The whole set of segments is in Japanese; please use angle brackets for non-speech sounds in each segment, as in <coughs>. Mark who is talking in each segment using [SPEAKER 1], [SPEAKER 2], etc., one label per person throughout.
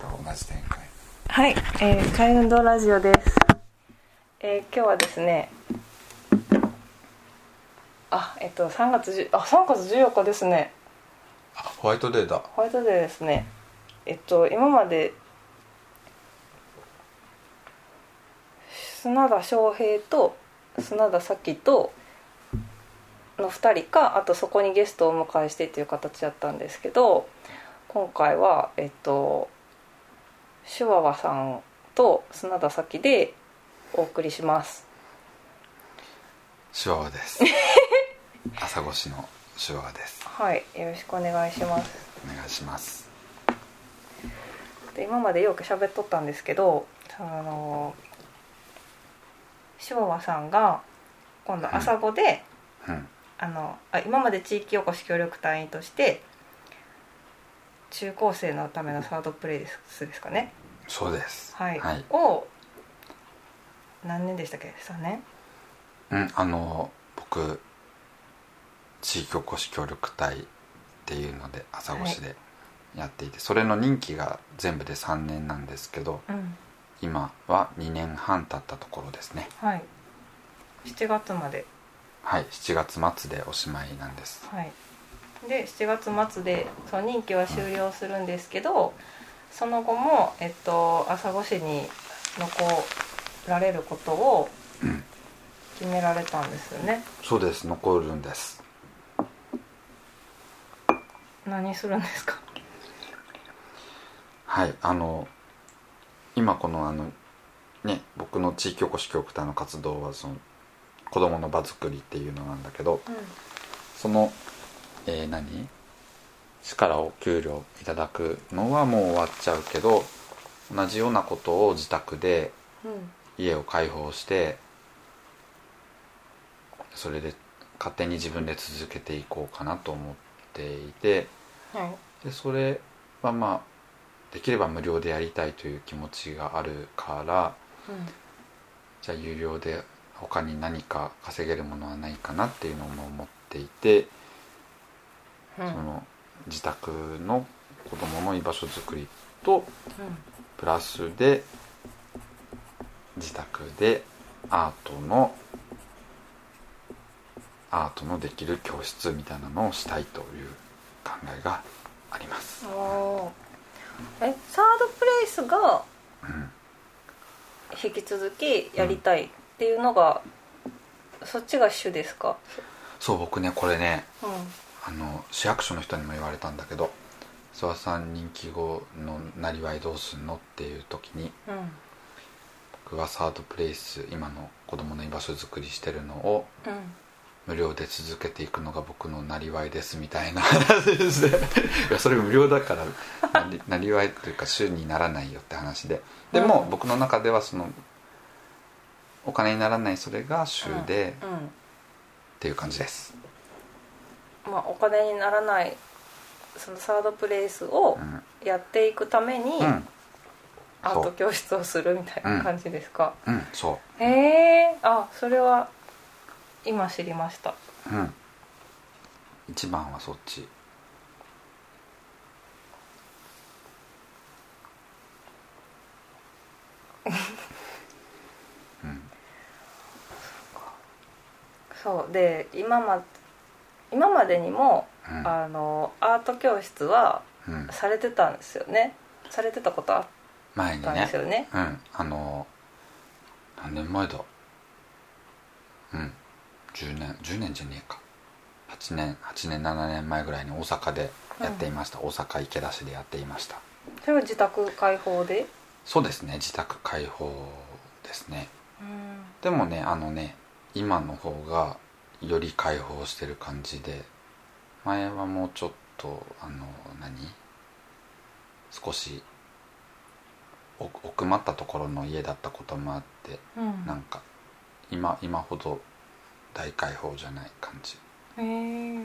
[SPEAKER 1] 同じ展開
[SPEAKER 2] はい、えー、開運動ラジオです。えー、今日はですね。あ、えっと、3月10、あ、3月14日ですね。
[SPEAKER 1] あホワイトデーだ
[SPEAKER 2] ホワイトデーですね。えっと、今まで。砂田翔平と砂田咲との2人かあとそこにゲストをお迎えしてっていう形だったんですけど今回はえっと手話ワさんと砂田咲でお送りします
[SPEAKER 1] シュワワです <laughs> 朝越しのシュワワです
[SPEAKER 2] はいよろしくお願いします
[SPEAKER 1] お願いします
[SPEAKER 2] で今までよく喋っとったんですけどその昭和さんが今度朝子で、
[SPEAKER 1] うん
[SPEAKER 2] あのあ今まで地域おこし協力隊員として中高生のためのサードプレイスですかね、
[SPEAKER 1] そうです
[SPEAKER 2] はいを何年でしたっけ3年
[SPEAKER 1] うんあの僕地域おこし協力隊っていうので朝越しでやっていて、それの任期が全部で3年なんですけど
[SPEAKER 2] うん
[SPEAKER 1] 今は2年半経ったところですね
[SPEAKER 2] はい7月まで
[SPEAKER 1] はい7月末でおしまいなんです
[SPEAKER 2] はい、で7月末でその任期は終了するんですけどその後も、えっと、朝越しに残られることを
[SPEAKER 1] うん
[SPEAKER 2] 決められたんですよね
[SPEAKER 1] そうです残るんです
[SPEAKER 2] 何するんですか
[SPEAKER 1] はいあの今このあのね僕の地域おこし協力隊の活動はその子どもの場作りっていうのなんだけどその、えー何市からお給料いただくのはもう終わっちゃうけど同じようなことを自宅で
[SPEAKER 2] うん、
[SPEAKER 1] 家を開放してそれで勝手に自分で続けていこうかなと思っていて
[SPEAKER 2] はい
[SPEAKER 1] でそれはまあできれば無料でやりたいという気持ちがあるからじゃあ有料で他に何か稼げるものはないかなっていうのも思っていて、
[SPEAKER 2] うんうん
[SPEAKER 1] その自宅の子どもの居場所づくりとプラスで自宅でアートのアートのできる教室みたいなのをしたいという考えがあります。
[SPEAKER 2] うんおーえサードプレイスが
[SPEAKER 1] うん
[SPEAKER 2] 引き続きやりたいっていうのが、そっちが主ですか、
[SPEAKER 1] そう僕ねこれね
[SPEAKER 2] うん、
[SPEAKER 1] あの市役所の人にも言われたんだけど「諏訪さん人気後のなりわいどうすんの?」っていう時に
[SPEAKER 2] うん
[SPEAKER 1] 僕はサードプレイス今の子供の居場所づくりしてるのを
[SPEAKER 2] うん
[SPEAKER 1] 無料で続けていくのが僕のなりわいですみたいな <laughs> 話でいやそれ無料だからなり <laughs> なりわいというか週にならないよって話でで
[SPEAKER 2] う
[SPEAKER 1] も
[SPEAKER 2] ん
[SPEAKER 1] 僕の中ではそのお金にならないそれが週で
[SPEAKER 2] うんうん
[SPEAKER 1] っていう感じです、
[SPEAKER 2] まあ、お金にならないそのサードプレイスを
[SPEAKER 1] うん
[SPEAKER 2] やっていくために
[SPEAKER 1] うん
[SPEAKER 2] アート教室をするみたいな感じですか、
[SPEAKER 1] うんそ
[SPEAKER 2] へえあそれは今知りました
[SPEAKER 1] ううん一番はそっち
[SPEAKER 2] そうで今ま今までにも
[SPEAKER 1] うん
[SPEAKER 2] あのアート教室は
[SPEAKER 1] うん
[SPEAKER 2] されてたんですよねされてたことあっ
[SPEAKER 1] 前に
[SPEAKER 2] たんで
[SPEAKER 1] ね
[SPEAKER 2] すよね
[SPEAKER 1] うんあの何年前だうん10年10年じゃねえか8年8年7年前ぐらいに大阪でやっていました、大阪池田市でやっていました
[SPEAKER 2] それは自宅開放で
[SPEAKER 1] そうですね自宅開放ですね
[SPEAKER 2] うん
[SPEAKER 1] でもねあのね今の方がより開放してる感じで前はもうちょっとあの何少しお奥まったところの家だったこともあって
[SPEAKER 2] うん
[SPEAKER 1] なんか今今ほど大開放じゃない感じ
[SPEAKER 2] へえ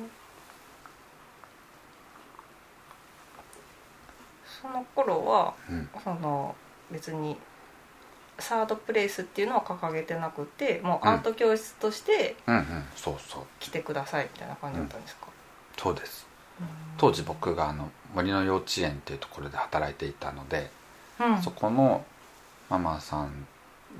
[SPEAKER 2] その頃は
[SPEAKER 1] うん
[SPEAKER 2] その別にサードプレイスっていうのを掲げてなくてもうアート教室として
[SPEAKER 1] うんうんそうそう
[SPEAKER 2] 来てくださいみたいな感じだったんですか、
[SPEAKER 1] そうです
[SPEAKER 2] うん
[SPEAKER 1] 当時僕があの森の幼稚園っていうところで働いていたので
[SPEAKER 2] うん
[SPEAKER 1] そこのママさん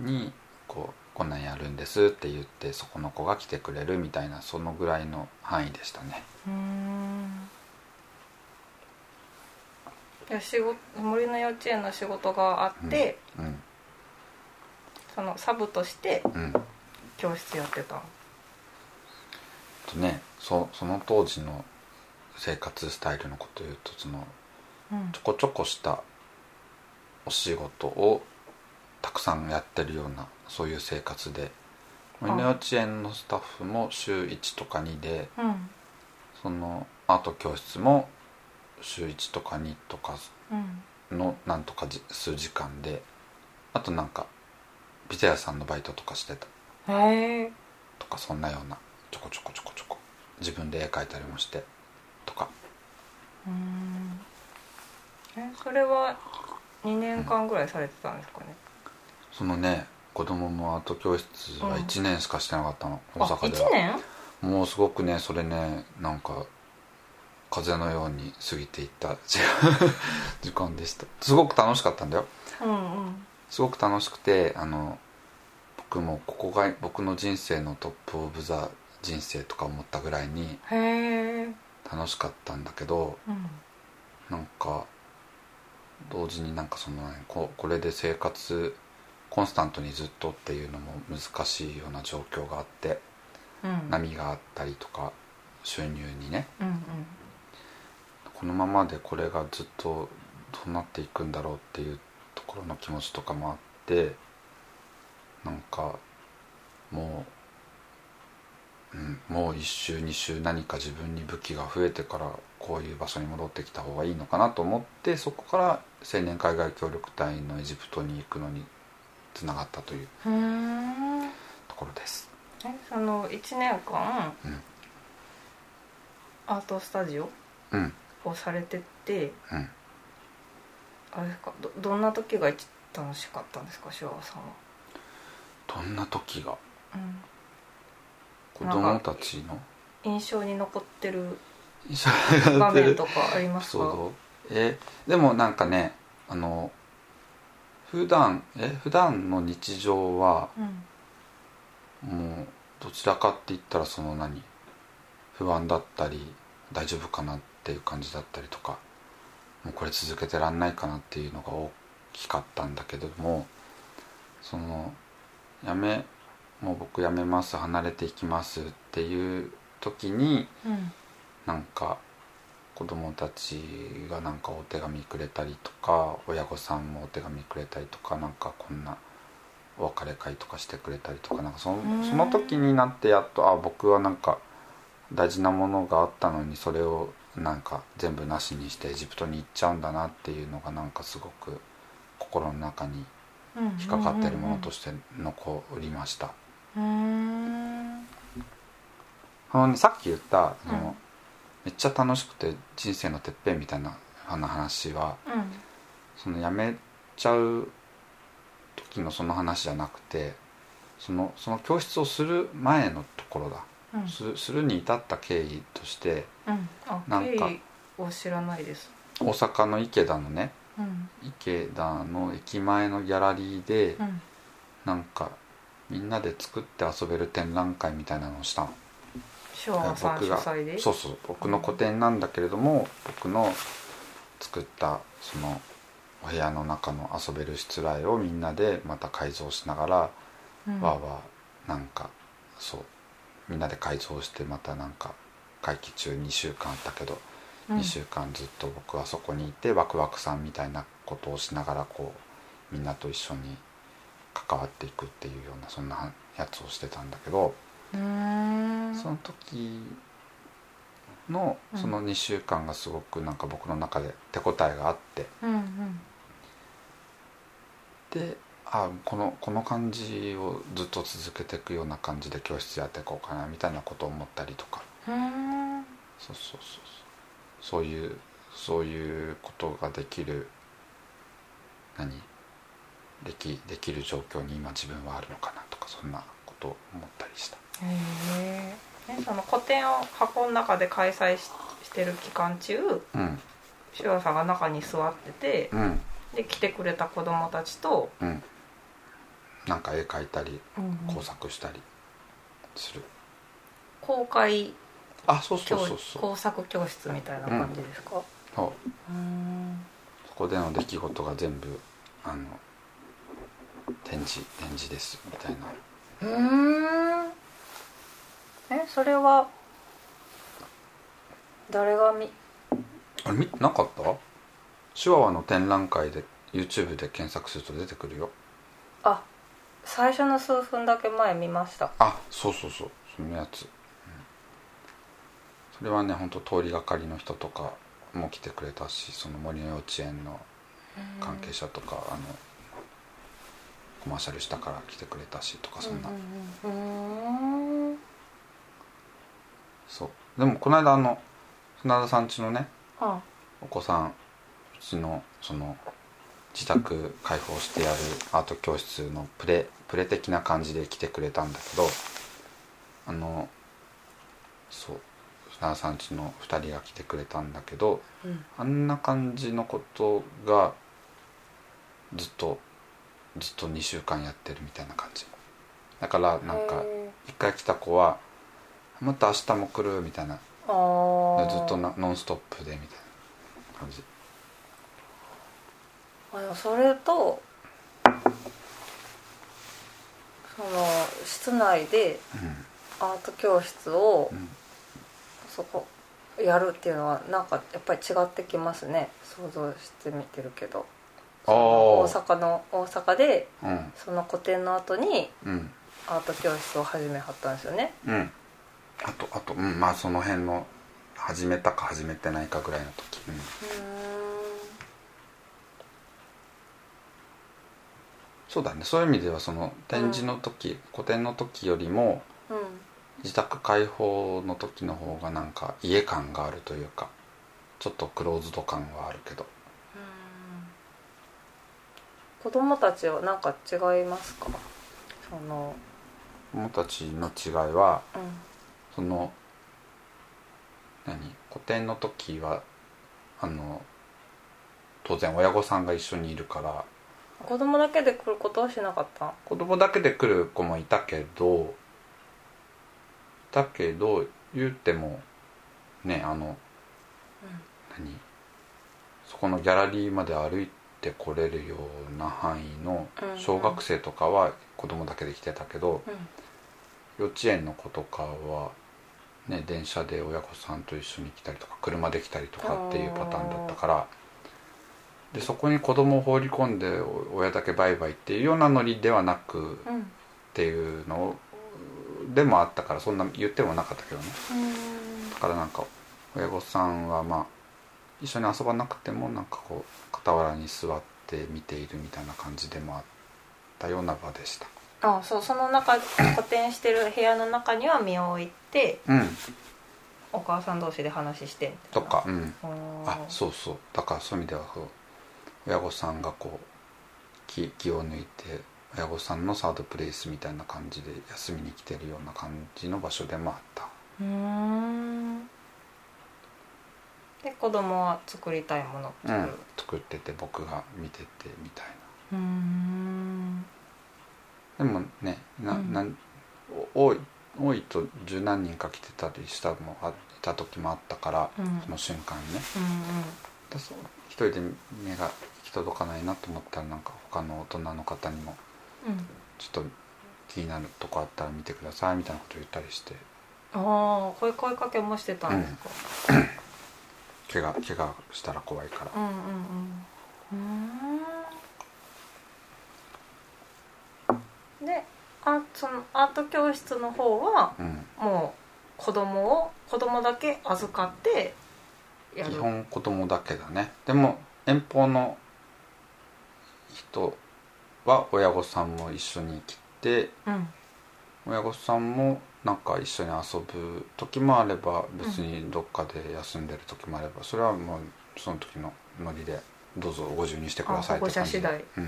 [SPEAKER 1] にこうこんなんやるんですって言ってそこの子が来てくれるみたいなそのぐらいの範囲でしたね
[SPEAKER 2] うーんいや仕事森の幼稚園の仕事があって、
[SPEAKER 1] うん
[SPEAKER 2] そのサブとして
[SPEAKER 1] うん
[SPEAKER 2] 教室やってた
[SPEAKER 1] とねそその当時の生活スタイルのことを言うとその
[SPEAKER 2] うん
[SPEAKER 1] ちょこちょこしたお仕事をたくさんやってるようなそういう生活で森の幼稚園のスタッフも週1とか2で
[SPEAKER 2] うん
[SPEAKER 1] そのアート教室も週1とか2とか
[SPEAKER 2] うん
[SPEAKER 1] のなんとかじ数時間であとなんかピザ屋さんのバイトとかしてた
[SPEAKER 2] へえ
[SPEAKER 1] とかそんなようなちょこちょこちょこちょこ自分で絵描いたりもしてとか
[SPEAKER 2] うーんえそれは2年間ぐらいされてたんですかね、
[SPEAKER 1] そのね子供のアート教室は1年しかしてなかったの、大
[SPEAKER 2] あ
[SPEAKER 1] 阪で
[SPEAKER 2] 1
[SPEAKER 1] は
[SPEAKER 2] 年
[SPEAKER 1] もうすごくねそれねなんか風のよう <laughs> に過ぎていった時間でしたすごく楽しかったんだよ
[SPEAKER 2] うんうん
[SPEAKER 1] すごく楽しくてあの僕もここが僕の人生のトップ・オブ・ザ人生とか思ったぐらいに
[SPEAKER 2] へえ
[SPEAKER 1] 楽しかったんだけど
[SPEAKER 2] うん
[SPEAKER 1] なんか同時になんかその、ね、ここれで生活コンスタントにずっとっていうのも難しいような状況があって
[SPEAKER 2] うん
[SPEAKER 1] 波があったりとか収入にね
[SPEAKER 2] うんうん
[SPEAKER 1] このままでこれがずっとどうなっていくんだろうっていうところの気持ちとかもあってなんかもう、うん、もう1週2週何か自分に武器が増えてからこういう場所に戻ってきた方がいいのかなと思ってそこから青年海外協力隊のエジプトに行くのにつながったという
[SPEAKER 2] ふーん
[SPEAKER 1] ところです。
[SPEAKER 2] えその1年間、
[SPEAKER 1] うん
[SPEAKER 2] アートスタジオ
[SPEAKER 1] うん
[SPEAKER 2] をされてて
[SPEAKER 1] うん
[SPEAKER 2] あれですかどどんな時が一楽しかったんですかシュワさんは、
[SPEAKER 1] どんな時が
[SPEAKER 2] うん、
[SPEAKER 1] 子供たちの
[SPEAKER 2] 印象に残ってる
[SPEAKER 1] 印象に残
[SPEAKER 2] 場
[SPEAKER 1] って
[SPEAKER 2] 面
[SPEAKER 1] る
[SPEAKER 2] とかあります
[SPEAKER 1] そう
[SPEAKER 2] か
[SPEAKER 1] えでもなんかねあの普段え普段の日常は
[SPEAKER 2] うん
[SPEAKER 1] もうどちらかって言ったらその何不安だったり大丈夫かなっていう感じだったりとかもうこれ続けてらんないかなっていうのが大きかったんだけどもそのやめもう僕やめます離れていきますっていう時に
[SPEAKER 2] うん
[SPEAKER 1] なんか子供たちがなんかお手紙くれたりとか親御さんもお手紙くれたりとかなんかこんなお別れ会とかしてくれたりとかなんかそ
[SPEAKER 2] ん
[SPEAKER 1] のその時になってやっとあ僕はなんか大事なものがあったのにそれをなんか全部なしにしてエジプトに行っちゃうんだなっていうのがなんかすごく心の中に
[SPEAKER 2] うん
[SPEAKER 1] 引っかかってるものとして残りました。
[SPEAKER 2] うんうんうん
[SPEAKER 1] あのね、さっき言ったその、
[SPEAKER 2] うん
[SPEAKER 1] めっちゃ楽しくて人生のてっぺんみたいなあの話はその辞めちゃう時のその話じゃなくてそのその教室をする前のところだ、
[SPEAKER 2] うん
[SPEAKER 1] するするに至った経緯として
[SPEAKER 2] うんあ
[SPEAKER 1] なんか
[SPEAKER 2] 経緯を知らないです
[SPEAKER 1] 大阪の池田のね
[SPEAKER 2] うん
[SPEAKER 1] 池田の駅前のギャラリーで
[SPEAKER 2] うん
[SPEAKER 1] なんかみんなで作って遊べる展覧会みたいなのをしたの。
[SPEAKER 2] シュワさん
[SPEAKER 1] 僕
[SPEAKER 2] 主
[SPEAKER 1] が
[SPEAKER 2] 催で
[SPEAKER 1] そうそう僕の個展なんだけれども僕の作ったそのお部屋の中の遊べる室内をみんなでまた改造しながら、
[SPEAKER 2] うん
[SPEAKER 1] わーわーなんかそうみんなで改造してまたなんか会期中2週間あったけど、
[SPEAKER 2] うん
[SPEAKER 1] 2週間ずっと僕はそこにいてワクワクさんみたいなことをしながらこうみんなと一緒に関わっていくっていうようなそんなやつをしてたんだけど。
[SPEAKER 2] うーん
[SPEAKER 1] その時の
[SPEAKER 2] うん
[SPEAKER 1] その2週間がすごくなんか僕の中で手応えがあって
[SPEAKER 2] うんうん
[SPEAKER 1] であこのこの感じをずっと続けていくような感じで教室やっていこうかなみたいなことを思ったりとか
[SPEAKER 2] うーん
[SPEAKER 1] そうそうそうそうそういうそういうことができる何できできる状況に今自分はあるのかなとかそんなことを思ったりした。
[SPEAKER 2] へえその個展を箱の中で開催ししてる期間中
[SPEAKER 1] うん
[SPEAKER 2] シュワさんが中に座ってて
[SPEAKER 1] うん
[SPEAKER 2] で来てくれた子供たちと、
[SPEAKER 1] うんなんか絵描いたり工
[SPEAKER 2] こう
[SPEAKER 1] 作したりする、
[SPEAKER 2] 公開
[SPEAKER 1] あそうそ
[SPEAKER 2] 教
[SPEAKER 1] うそうそう
[SPEAKER 2] 工作教室みたいな感じですか、
[SPEAKER 1] そう
[SPEAKER 2] うん
[SPEAKER 1] そこでの出来事が全部あの展示展示ですみたいな
[SPEAKER 2] うーんえそれは誰が見
[SPEAKER 1] あれ見てなかった手話の展覧会で YouTube で検索すると出てくるよ
[SPEAKER 2] あ最初の数分だけ前見ました
[SPEAKER 1] あそうそうそうそのやつ、うんそれはねほんと通りがかりの人とかも来てくれたしその森の幼稚園の関係者とか、あのコマーシャルしたから来てくれたしとかそんな、
[SPEAKER 2] うんうんうんうーん
[SPEAKER 1] そうでもこの間あの船田さん家のね
[SPEAKER 2] あ
[SPEAKER 1] お子さんうちのその自宅開放してやるアート教室のプレプレ的な感じで来てくれたんだけどあのそう船田さんちの2人が来てくれたんだけど
[SPEAKER 2] うん
[SPEAKER 1] あんな感じのことがずっとずっと2週間やってるみたいな感じだからなんか
[SPEAKER 2] へ
[SPEAKER 1] 1回来た子は「また明日も来る」みたいな
[SPEAKER 2] ーあー
[SPEAKER 1] ずっとなノンストップでみたいな感じ
[SPEAKER 2] あのそれとその室内でアート教室を
[SPEAKER 1] うん
[SPEAKER 2] そこやるっていうのはなんかやっぱり違ってきますね想像してみてるけど
[SPEAKER 1] ああ
[SPEAKER 2] 大阪の大阪で
[SPEAKER 1] うん
[SPEAKER 2] その個展の後に
[SPEAKER 1] うん
[SPEAKER 2] アート教室を始めはったんですよね
[SPEAKER 1] うんあとあとうんまあその辺の始めたか始めてないかぐらいの時、うんそうだねそういう意味ではその展示の時、個展の時よりも
[SPEAKER 2] うんうん
[SPEAKER 1] 自宅開放の時の方がなんか家感があるというかちょっとクローズド感はあるけど
[SPEAKER 2] 子供たちはなんか違いますかその
[SPEAKER 1] 子供たちの違いは
[SPEAKER 2] うん
[SPEAKER 1] その何個展の時はあの当然親御さんが一緒にいるから
[SPEAKER 2] 子供だけで来ることはしなかった
[SPEAKER 1] 子供だけで来る子もいたけどだけど言うてもねあの、何そこのギャラリーまで歩いてこれるような範囲の
[SPEAKER 2] うんうん
[SPEAKER 1] 小学生とかは子供だけで来てたけど、
[SPEAKER 2] う
[SPEAKER 1] 幼稚園の子とかは、ね、電車で親御さんと一緒に来たりとか車で来たりとかっていうパターンだったからでそこに子供を放り込んでお親だけバイバイっていうようなノリではなくっ
[SPEAKER 2] んうん
[SPEAKER 1] ていうのでもあったからそんな言ってもなかったけどねだからなんか親御さんはまあ一緒に遊ばなくてもなんかこう傍らに座って見ているみたいな感じでもあったような場でした
[SPEAKER 2] あそうその中 <coughs> 個展してる部屋の中には身を置いて
[SPEAKER 1] うん
[SPEAKER 2] お母さん同士で話してみ
[SPEAKER 1] と
[SPEAKER 2] たいな
[SPEAKER 1] かうん
[SPEAKER 2] おー
[SPEAKER 1] あそうそうだからそういう意味ではそう親御さんがこう気気を抜いて親御さんのサードプレイスみたいな感じで休みに来てるような感じの場所でもあった
[SPEAKER 2] うーんで子供は作りたいものを
[SPEAKER 1] う
[SPEAKER 2] 作
[SPEAKER 1] ん
[SPEAKER 2] る
[SPEAKER 1] 作ってて僕が見ててみたいう
[SPEAKER 2] ーん
[SPEAKER 1] なでもねな、
[SPEAKER 2] うん
[SPEAKER 1] なんお多い多いと十何人か来てたりしたのもあった時もあったから
[SPEAKER 2] うんうん
[SPEAKER 1] その瞬間にね
[SPEAKER 2] うん
[SPEAKER 1] でそう一人で目が行き届かないなと思ったらなんか他の大人の方にも
[SPEAKER 2] うん
[SPEAKER 1] ちょっと気になるとこあったら見てくださいみたいなこと言ったりして
[SPEAKER 2] ああこういう声かけもしてたんですか、
[SPEAKER 1] 怪我怪我したら怖いから
[SPEAKER 2] うん、うんうんうんうーんであそのアート教室の方は
[SPEAKER 1] うん、
[SPEAKER 2] もう子供を子供だけ預かってやる
[SPEAKER 1] 基本子供だけだねでも遠方の人は親御さんも一緒に来て
[SPEAKER 2] うん
[SPEAKER 1] 親御さんもなんか一緒に遊ぶ時もあれば別にどっかで休んでる時もあればそれはもうその時のノリでどうぞご自由にしてくださいって感じで
[SPEAKER 2] あ保護者
[SPEAKER 1] うん、
[SPEAKER 2] う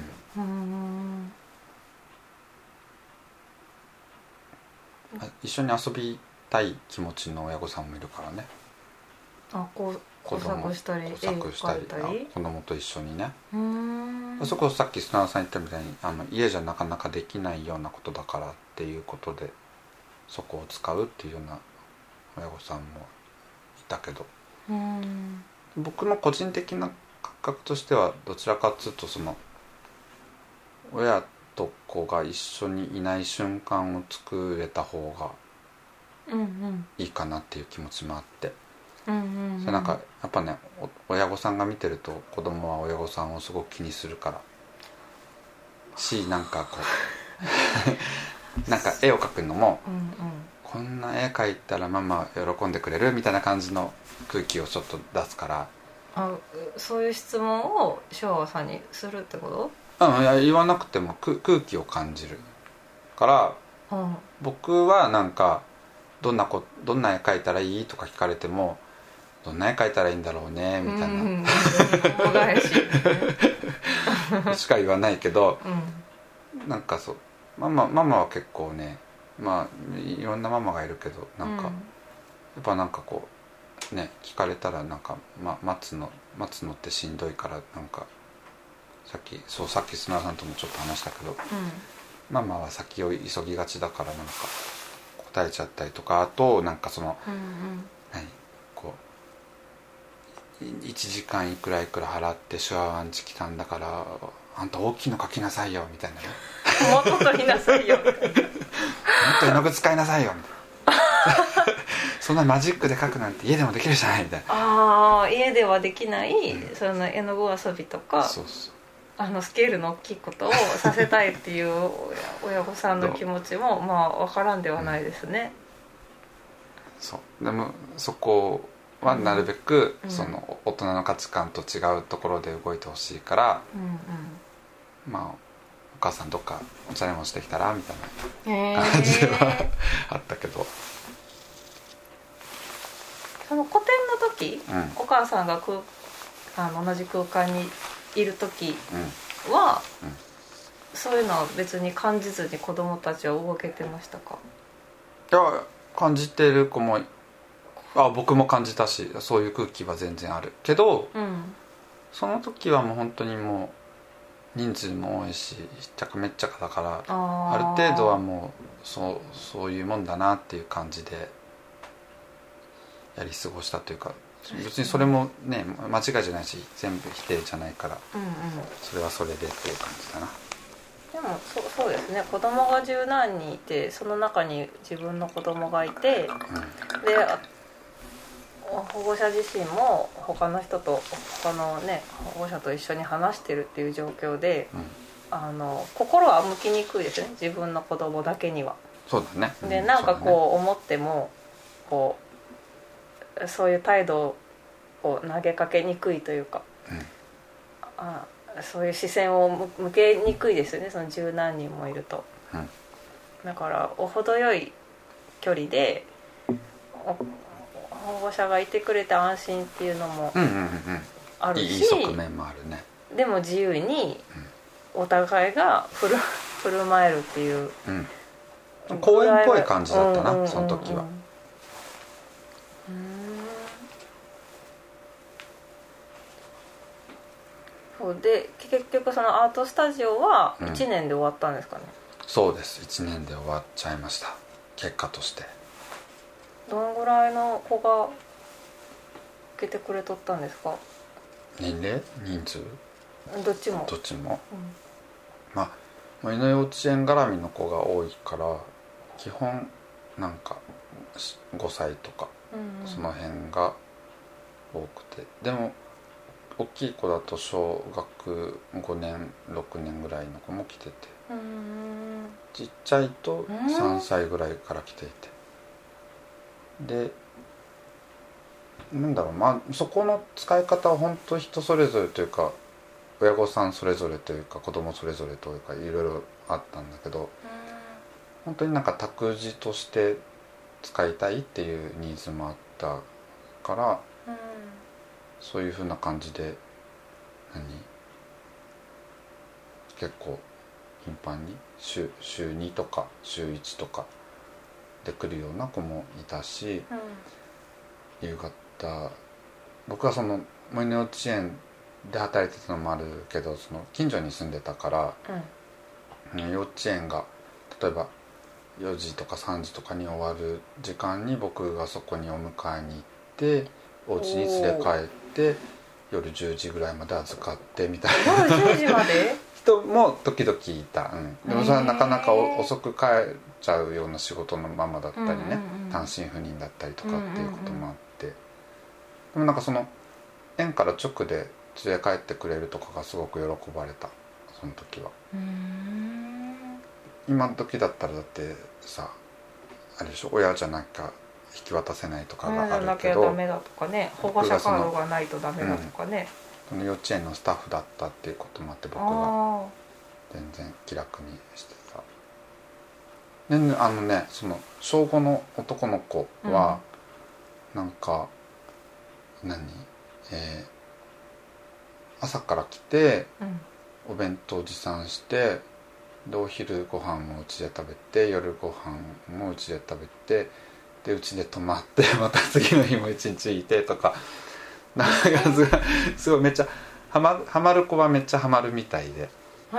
[SPEAKER 2] ーん
[SPEAKER 1] あ一緒に遊びたい気持ちの親御さんもいるからね
[SPEAKER 2] あこう工
[SPEAKER 1] 子供
[SPEAKER 2] 作したり絵
[SPEAKER 1] 工作した
[SPEAKER 2] 描
[SPEAKER 1] り
[SPEAKER 2] いた
[SPEAKER 1] あ
[SPEAKER 2] り
[SPEAKER 1] 子供と一緒にね
[SPEAKER 2] うーん
[SPEAKER 1] それこそさっき砂田さん言ったみたいにあの家じゃなかなかできないようなことだからっていうことでそこを使うっていうような親御さんもいたけど
[SPEAKER 2] うん
[SPEAKER 1] 僕の個人的な感覚としてはどちらかっつうとその親と子が一緒にいない瞬間を作れた方が
[SPEAKER 2] うんうん
[SPEAKER 1] いいかなっていう気持ちもあって、
[SPEAKER 2] うん
[SPEAKER 1] それなんかやっぱねお親御さんが見てると子供は親御さんをすごく気にするからしなんかこ
[SPEAKER 2] <laughs>
[SPEAKER 1] うなんか絵を描くのも
[SPEAKER 2] うんうん
[SPEAKER 1] こんな絵描いたらママ喜んでくれるみたいな感じの空気をちょっと出すから
[SPEAKER 2] あうそういう質問を昭和さんにするってこ
[SPEAKER 1] うん、いや言わなくてもく空気を感じるから
[SPEAKER 2] とうん
[SPEAKER 1] 僕はなんかどんなこどんな絵描いたらいいとか聞かれてもどんな絵描いたらいいんだろうねみたい
[SPEAKER 2] うんう
[SPEAKER 1] なん
[SPEAKER 2] お返し、
[SPEAKER 1] しか言わないけど
[SPEAKER 2] うん
[SPEAKER 1] なんかそうママママは結構ねまあいろんなママがいるけどなんか、やっぱなんかこうね聞かれたらなんか、ま、待つの待つのってしんどいからなんかさっきそうさっき砂田さんともちょっと話したけどママは先を急ぎがちだからなんか答えちゃったりとかあとなんかその
[SPEAKER 2] うんうん
[SPEAKER 1] 何こう1時間いくらいくら払って手話アンチ来たんだからあんた大きいの書きなさいよみたいなね
[SPEAKER 2] うんもっと取りなさ
[SPEAKER 1] <laughs>
[SPEAKER 2] いよみたいな
[SPEAKER 1] もっと絵の具使いなさいよみたいな <laughs> そんなマジックで書くなんて家でもできるじゃないみたい
[SPEAKER 2] ああ家ではできない、
[SPEAKER 1] うん
[SPEAKER 2] その絵の具遊びと
[SPEAKER 1] な
[SPEAKER 2] か
[SPEAKER 1] そうそう
[SPEAKER 2] あのスケールの大きいことをさせたいっていう親親御さんの気持ちもまあ分からんではないですね、
[SPEAKER 1] そうでもそこはなるべく、
[SPEAKER 2] うん
[SPEAKER 1] その大人の価値観と違うところで動いてほしいから、
[SPEAKER 2] うんうん
[SPEAKER 1] まあお母さんどっかお茶でもしてきたらみたいな
[SPEAKER 2] へ
[SPEAKER 1] 感じは
[SPEAKER 2] え
[SPEAKER 1] あったけど、
[SPEAKER 2] その個展の時
[SPEAKER 1] うんうん、
[SPEAKER 2] お母さんが空あの同じ空間にいる時は、
[SPEAKER 1] うん
[SPEAKER 2] そういうのは別に感じずに子供たちは動けてましたか
[SPEAKER 1] いや感じてる子もあ僕も感じたしそういう空気は全然あるけど
[SPEAKER 2] うん
[SPEAKER 1] その時はもう本当にもう人数も多いしひっちゃかめっちゃかだから
[SPEAKER 2] あ
[SPEAKER 1] ある
[SPEAKER 2] ー
[SPEAKER 1] 程度はもうそうそういうもんだなっていう感じでやり過ごしたというか別にそれもね間違いじゃないし全部否定じゃないから
[SPEAKER 2] うんうん
[SPEAKER 1] それはそれでっていう感じだな
[SPEAKER 2] でもそうそうですね子供が十何人いてその中に自分の子供がいてであ保護者自身も他の人と他のね保護者と一緒に話してるっていう状況で
[SPEAKER 1] うん、うん、
[SPEAKER 2] あの心は向きにくいですね自分の子供だけには。
[SPEAKER 1] そうだね
[SPEAKER 2] で
[SPEAKER 1] う
[SPEAKER 2] なんか
[SPEAKER 1] そうだね
[SPEAKER 2] こう思ってもこうそういう態度を投げかけにくいというか、
[SPEAKER 1] うん
[SPEAKER 2] あそういう視線を向向けにくいですよねその十何人もいると、
[SPEAKER 1] うん
[SPEAKER 2] だからお程よい距離でお保護者がいてくれて安心っていうのも
[SPEAKER 1] うんうんうん
[SPEAKER 2] あ
[SPEAKER 1] うん
[SPEAKER 2] る
[SPEAKER 1] いいい
[SPEAKER 2] し
[SPEAKER 1] い側面もあるね
[SPEAKER 2] でも自由にお互いが振る振る舞えるっていう
[SPEAKER 1] うん公園っぽい感じだったな
[SPEAKER 2] うんうんうんうん
[SPEAKER 1] その時は
[SPEAKER 2] うーんそうで結局そのアートスタジオは
[SPEAKER 1] うん
[SPEAKER 2] 1年で終わったんですかね、
[SPEAKER 1] そうです1年で終わっちゃいました結果として
[SPEAKER 2] どんぐらいの子が受けてくれとったんですか
[SPEAKER 1] 年齢人数
[SPEAKER 2] どっちも
[SPEAKER 1] どっちも
[SPEAKER 2] うん
[SPEAKER 1] まあまあ犬幼稚園絡みの子が多いから基本なんかし5歳とか
[SPEAKER 2] うんうん
[SPEAKER 1] その辺が多くて、でも大きい子だと小学5年6年ぐらいの子も来てて
[SPEAKER 2] うーん
[SPEAKER 1] ちっちゃいと
[SPEAKER 2] ん
[SPEAKER 1] 3歳ぐらいから来ていてでなんだろうまあそこの使い方は本当人それぞれというか親御さんそれぞれというか子供それぞれというかいろいろあったんだけど本当になんか託児として使いたいっていうニーズもあったから
[SPEAKER 2] うん
[SPEAKER 1] そういうふうな感じで何結構頻繁に週週2とか週1とかで来るような子もいたし
[SPEAKER 2] うん
[SPEAKER 1] 夕方僕はその萌えの幼稚園で働いてたのもあるけどその近所に住んでたから、
[SPEAKER 2] うん
[SPEAKER 1] ね幼稚園が例えば4時とか3時とかに終わる時間に僕がそこにお迎えに行ってお家に連れ帰って夜10時ぐらいまで預かってみたいな
[SPEAKER 2] 夜10時まで
[SPEAKER 1] <laughs> 人も時々いた、うん、でもそれはなかなか
[SPEAKER 2] へ
[SPEAKER 1] お
[SPEAKER 2] ー
[SPEAKER 1] 遅く帰っちゃうような仕事のままだったりね、
[SPEAKER 2] うんうんうん
[SPEAKER 1] 単身赴任だったりとかっていうこともあって、でもなんかその園から直で連れ帰ってくれるとかがすごく喜ばれたその時は
[SPEAKER 2] うーん
[SPEAKER 1] 今時だったらだってさあれでしょ親じゃなきゃ引き渡せないとかがあ
[SPEAKER 2] な
[SPEAKER 1] る
[SPEAKER 2] き
[SPEAKER 1] け
[SPEAKER 2] ゃ
[SPEAKER 1] ど、
[SPEAKER 2] ダメだとかね保護者カードがないとダメだとかね、
[SPEAKER 1] その幼稚園のスタッフだったっていうこともあって僕が
[SPEAKER 2] あ
[SPEAKER 1] 全然気楽にしてたでねあのねその小5の男の子は、なんか何えー朝から来て
[SPEAKER 2] あうん
[SPEAKER 1] お弁当持参してでお昼ご飯もうちで食べて夜ご飯もうちで食べてでうちで泊まって <laughs> また次の日も一日いてとかなんかすごいすごいめっちゃハマハマる子はめっちゃハマるみたいで
[SPEAKER 2] へ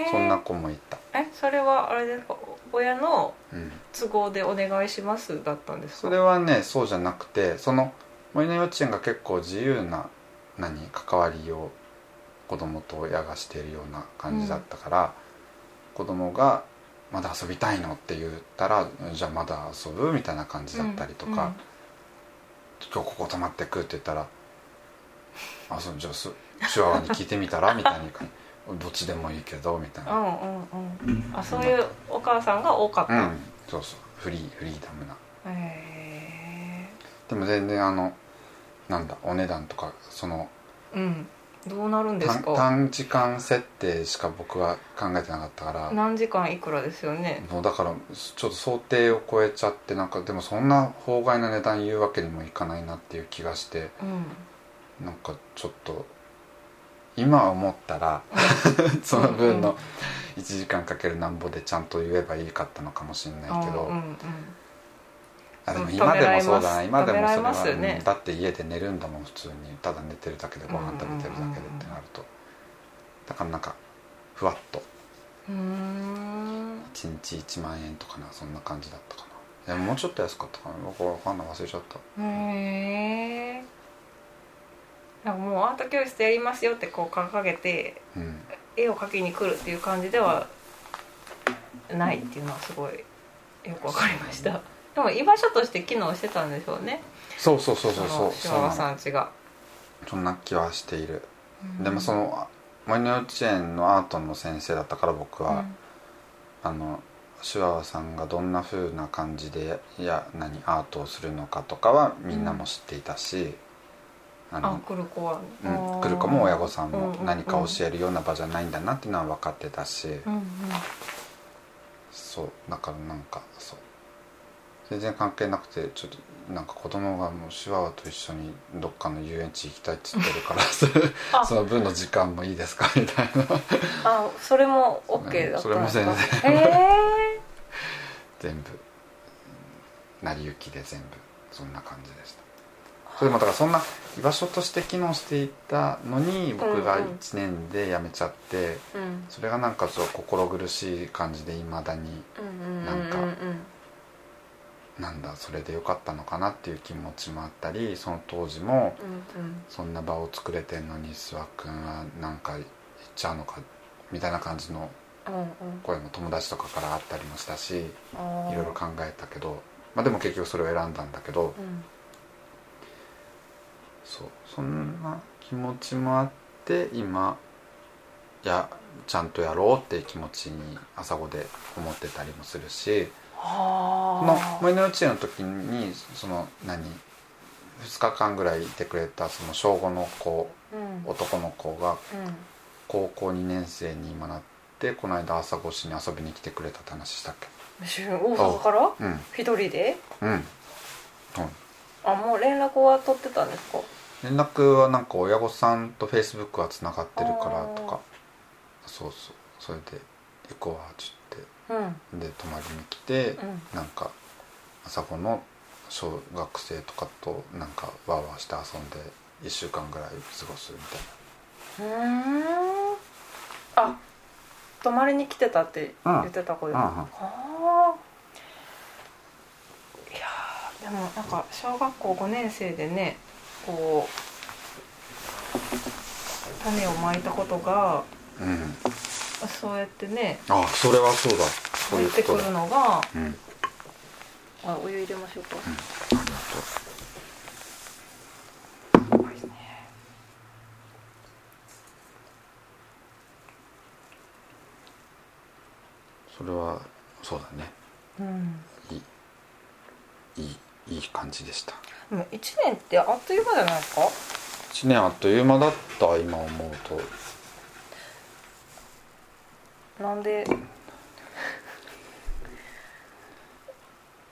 [SPEAKER 2] え
[SPEAKER 1] そんな子もいた、
[SPEAKER 2] えそれはあれですか親の
[SPEAKER 1] うん、
[SPEAKER 2] 都合でお願いしますだったんですか
[SPEAKER 1] それはねそうじゃなくてその森の幼稚園が結構自由な何関わりを子供と親がしているような感じだったから、子供が「まだ遊びたいの?」って言ったら「じゃあまだ遊ぶ?」みたいな感じだったりとか「今日ここ泊まってく」って言ったら「あそうじゃあすチワワに聞いてみたら?」みたいに「どっちでもいいけど」みたい
[SPEAKER 2] うんう
[SPEAKER 1] な、
[SPEAKER 2] んうんうんあそういうお母さんが多かった、
[SPEAKER 1] うん、そうそうフリーフリーダムな
[SPEAKER 2] へ
[SPEAKER 1] でも全然あのなんだお値段とかその
[SPEAKER 2] えうんどうなるんです
[SPEAKER 1] 短
[SPEAKER 2] か
[SPEAKER 1] 短時間設定しか僕は考えてなかったから
[SPEAKER 2] 何時間いくらですよね
[SPEAKER 1] もうだからちょっと想定を超えちゃってなんかでもそんな法外な値段言うわけにもいかないなっていう気がして
[SPEAKER 2] うん
[SPEAKER 1] なんかちょっと今思ったら <laughs> その分
[SPEAKER 2] う
[SPEAKER 1] の1時間かけるなんぼでちゃんと言えばいいかったのかもしれないけど、
[SPEAKER 2] うんうんうん
[SPEAKER 1] あでも
[SPEAKER 2] うん
[SPEAKER 1] 今でもそうだな
[SPEAKER 2] た
[SPEAKER 1] 今でもそれ
[SPEAKER 2] めらいますためらいます
[SPEAKER 1] は、
[SPEAKER 2] よね
[SPEAKER 1] うんだって家で寝るんだもん普通にただ寝てるだけでご飯食べてるだけでってなるとだからなんかふわっと
[SPEAKER 2] うーん
[SPEAKER 1] 1日1万円とかなそんな感じだったかないやもうちょっと安かったかな僕わかんない忘れちゃった
[SPEAKER 2] へえもうアート教室やりますよってこう掲げて
[SPEAKER 1] うん
[SPEAKER 2] 絵を描きに来るっていう感じではないっていうのはすごいよくわかりましたでも居場所として機能してたんでしょうね
[SPEAKER 1] そうそうそうそ
[SPEAKER 2] そ
[SPEAKER 1] うそう
[SPEAKER 2] の
[SPEAKER 1] そ
[SPEAKER 2] シ
[SPEAKER 1] う
[SPEAKER 2] ワワ
[SPEAKER 1] なの
[SPEAKER 2] さんちが
[SPEAKER 1] そんな気はしている、でもそ
[SPEAKER 2] の
[SPEAKER 1] の森の幼稚園のアートの先生だったから僕は、あの手話さんがどんな風な感じでいや何アートをするのかとかはみんなも知っていたし、あ
[SPEAKER 2] あ
[SPEAKER 1] の
[SPEAKER 2] 来る子は
[SPEAKER 1] うん、来る子も親
[SPEAKER 2] 子
[SPEAKER 1] 御さん
[SPEAKER 2] うん
[SPEAKER 1] も
[SPEAKER 2] うんうん
[SPEAKER 1] 何か教えるような場じゃないんだなっていうのは分かってたし、
[SPEAKER 2] うんうん
[SPEAKER 1] そうだからなんかそう全然関係なくてちょっとなんか子供がもう手話と一緒にどっかの遊園地行きたいって言ってるからそれ
[SPEAKER 2] <laughs>
[SPEAKER 1] <laughs>
[SPEAKER 2] あ
[SPEAKER 1] その分の時間もいいですかみたいな
[SPEAKER 2] あそれも OK だったんです
[SPEAKER 1] それも
[SPEAKER 2] か
[SPEAKER 1] 全
[SPEAKER 2] へえ
[SPEAKER 1] 全部成り行きで全部そんな感じでしたそれでもだからそんな居場所として機能していたのに僕が
[SPEAKER 2] うんうん
[SPEAKER 1] 1年で辞めちゃって、 <laughs>
[SPEAKER 2] うんうん
[SPEAKER 1] それがなんかそう心苦しい感じでいまだに
[SPEAKER 2] うんうん
[SPEAKER 1] なんか
[SPEAKER 2] うん
[SPEAKER 1] なんだそれでよかったのかなっていう気持ちもあったりその当時も
[SPEAKER 2] うん
[SPEAKER 1] そんな場を作れてんのに諏訪君はなんか行っちゃうのかみたいな感じの
[SPEAKER 2] うんうん
[SPEAKER 1] 声も友達とかからあったりもしたしい
[SPEAKER 2] あー
[SPEAKER 1] ろいろ考えたけど、まあ、でも結局それを選んだんだけど、
[SPEAKER 2] うん
[SPEAKER 1] そうそんな気持ちもあって今やちゃんとやろうっていう気持ちに朝子で思ってたりもするしその
[SPEAKER 2] あー
[SPEAKER 1] 森の幼稚園の時にその何2日間ぐらいいてくれたその小5の子
[SPEAKER 2] うん
[SPEAKER 1] 男の子が
[SPEAKER 2] うん
[SPEAKER 1] 高校2年生に今なってこの間朝越しに遊びに来てくれたって話したっ
[SPEAKER 2] しゅ大阪から
[SPEAKER 1] けうん
[SPEAKER 2] 一人で
[SPEAKER 1] うんうん
[SPEAKER 2] あもう連絡は取ってたんですか
[SPEAKER 1] 連絡はなんか親御さんとフェイスブックはつながってるからとかそうそうそれで「行こうわ」っつっ
[SPEAKER 2] うんうん
[SPEAKER 1] てで泊まりに来て、なんか朝子の小学生とかとなんかわーわーして遊んで1週間ぐらい過ごすみたい
[SPEAKER 2] うーんあ泊まりに来てたって言ってた
[SPEAKER 1] う
[SPEAKER 2] 子で
[SPEAKER 1] ん
[SPEAKER 2] す、ああいやーでもなんか小学校5年生でねこう種をまいたことが
[SPEAKER 1] うんうん
[SPEAKER 2] そうやってね
[SPEAKER 1] あそれはそうだそう
[SPEAKER 2] 入
[SPEAKER 1] い
[SPEAKER 2] っ
[SPEAKER 1] うこ
[SPEAKER 2] てく
[SPEAKER 1] とだ
[SPEAKER 2] るのが
[SPEAKER 1] うんあ
[SPEAKER 2] あお湯入れましょうか、
[SPEAKER 1] りがと
[SPEAKER 2] すごいですね
[SPEAKER 1] うそれはそうだね
[SPEAKER 2] うん
[SPEAKER 1] いいいい感じでした
[SPEAKER 2] でも1年ってあっという間じゃないですか
[SPEAKER 1] 1年あっという間だった今思うと
[SPEAKER 2] なんで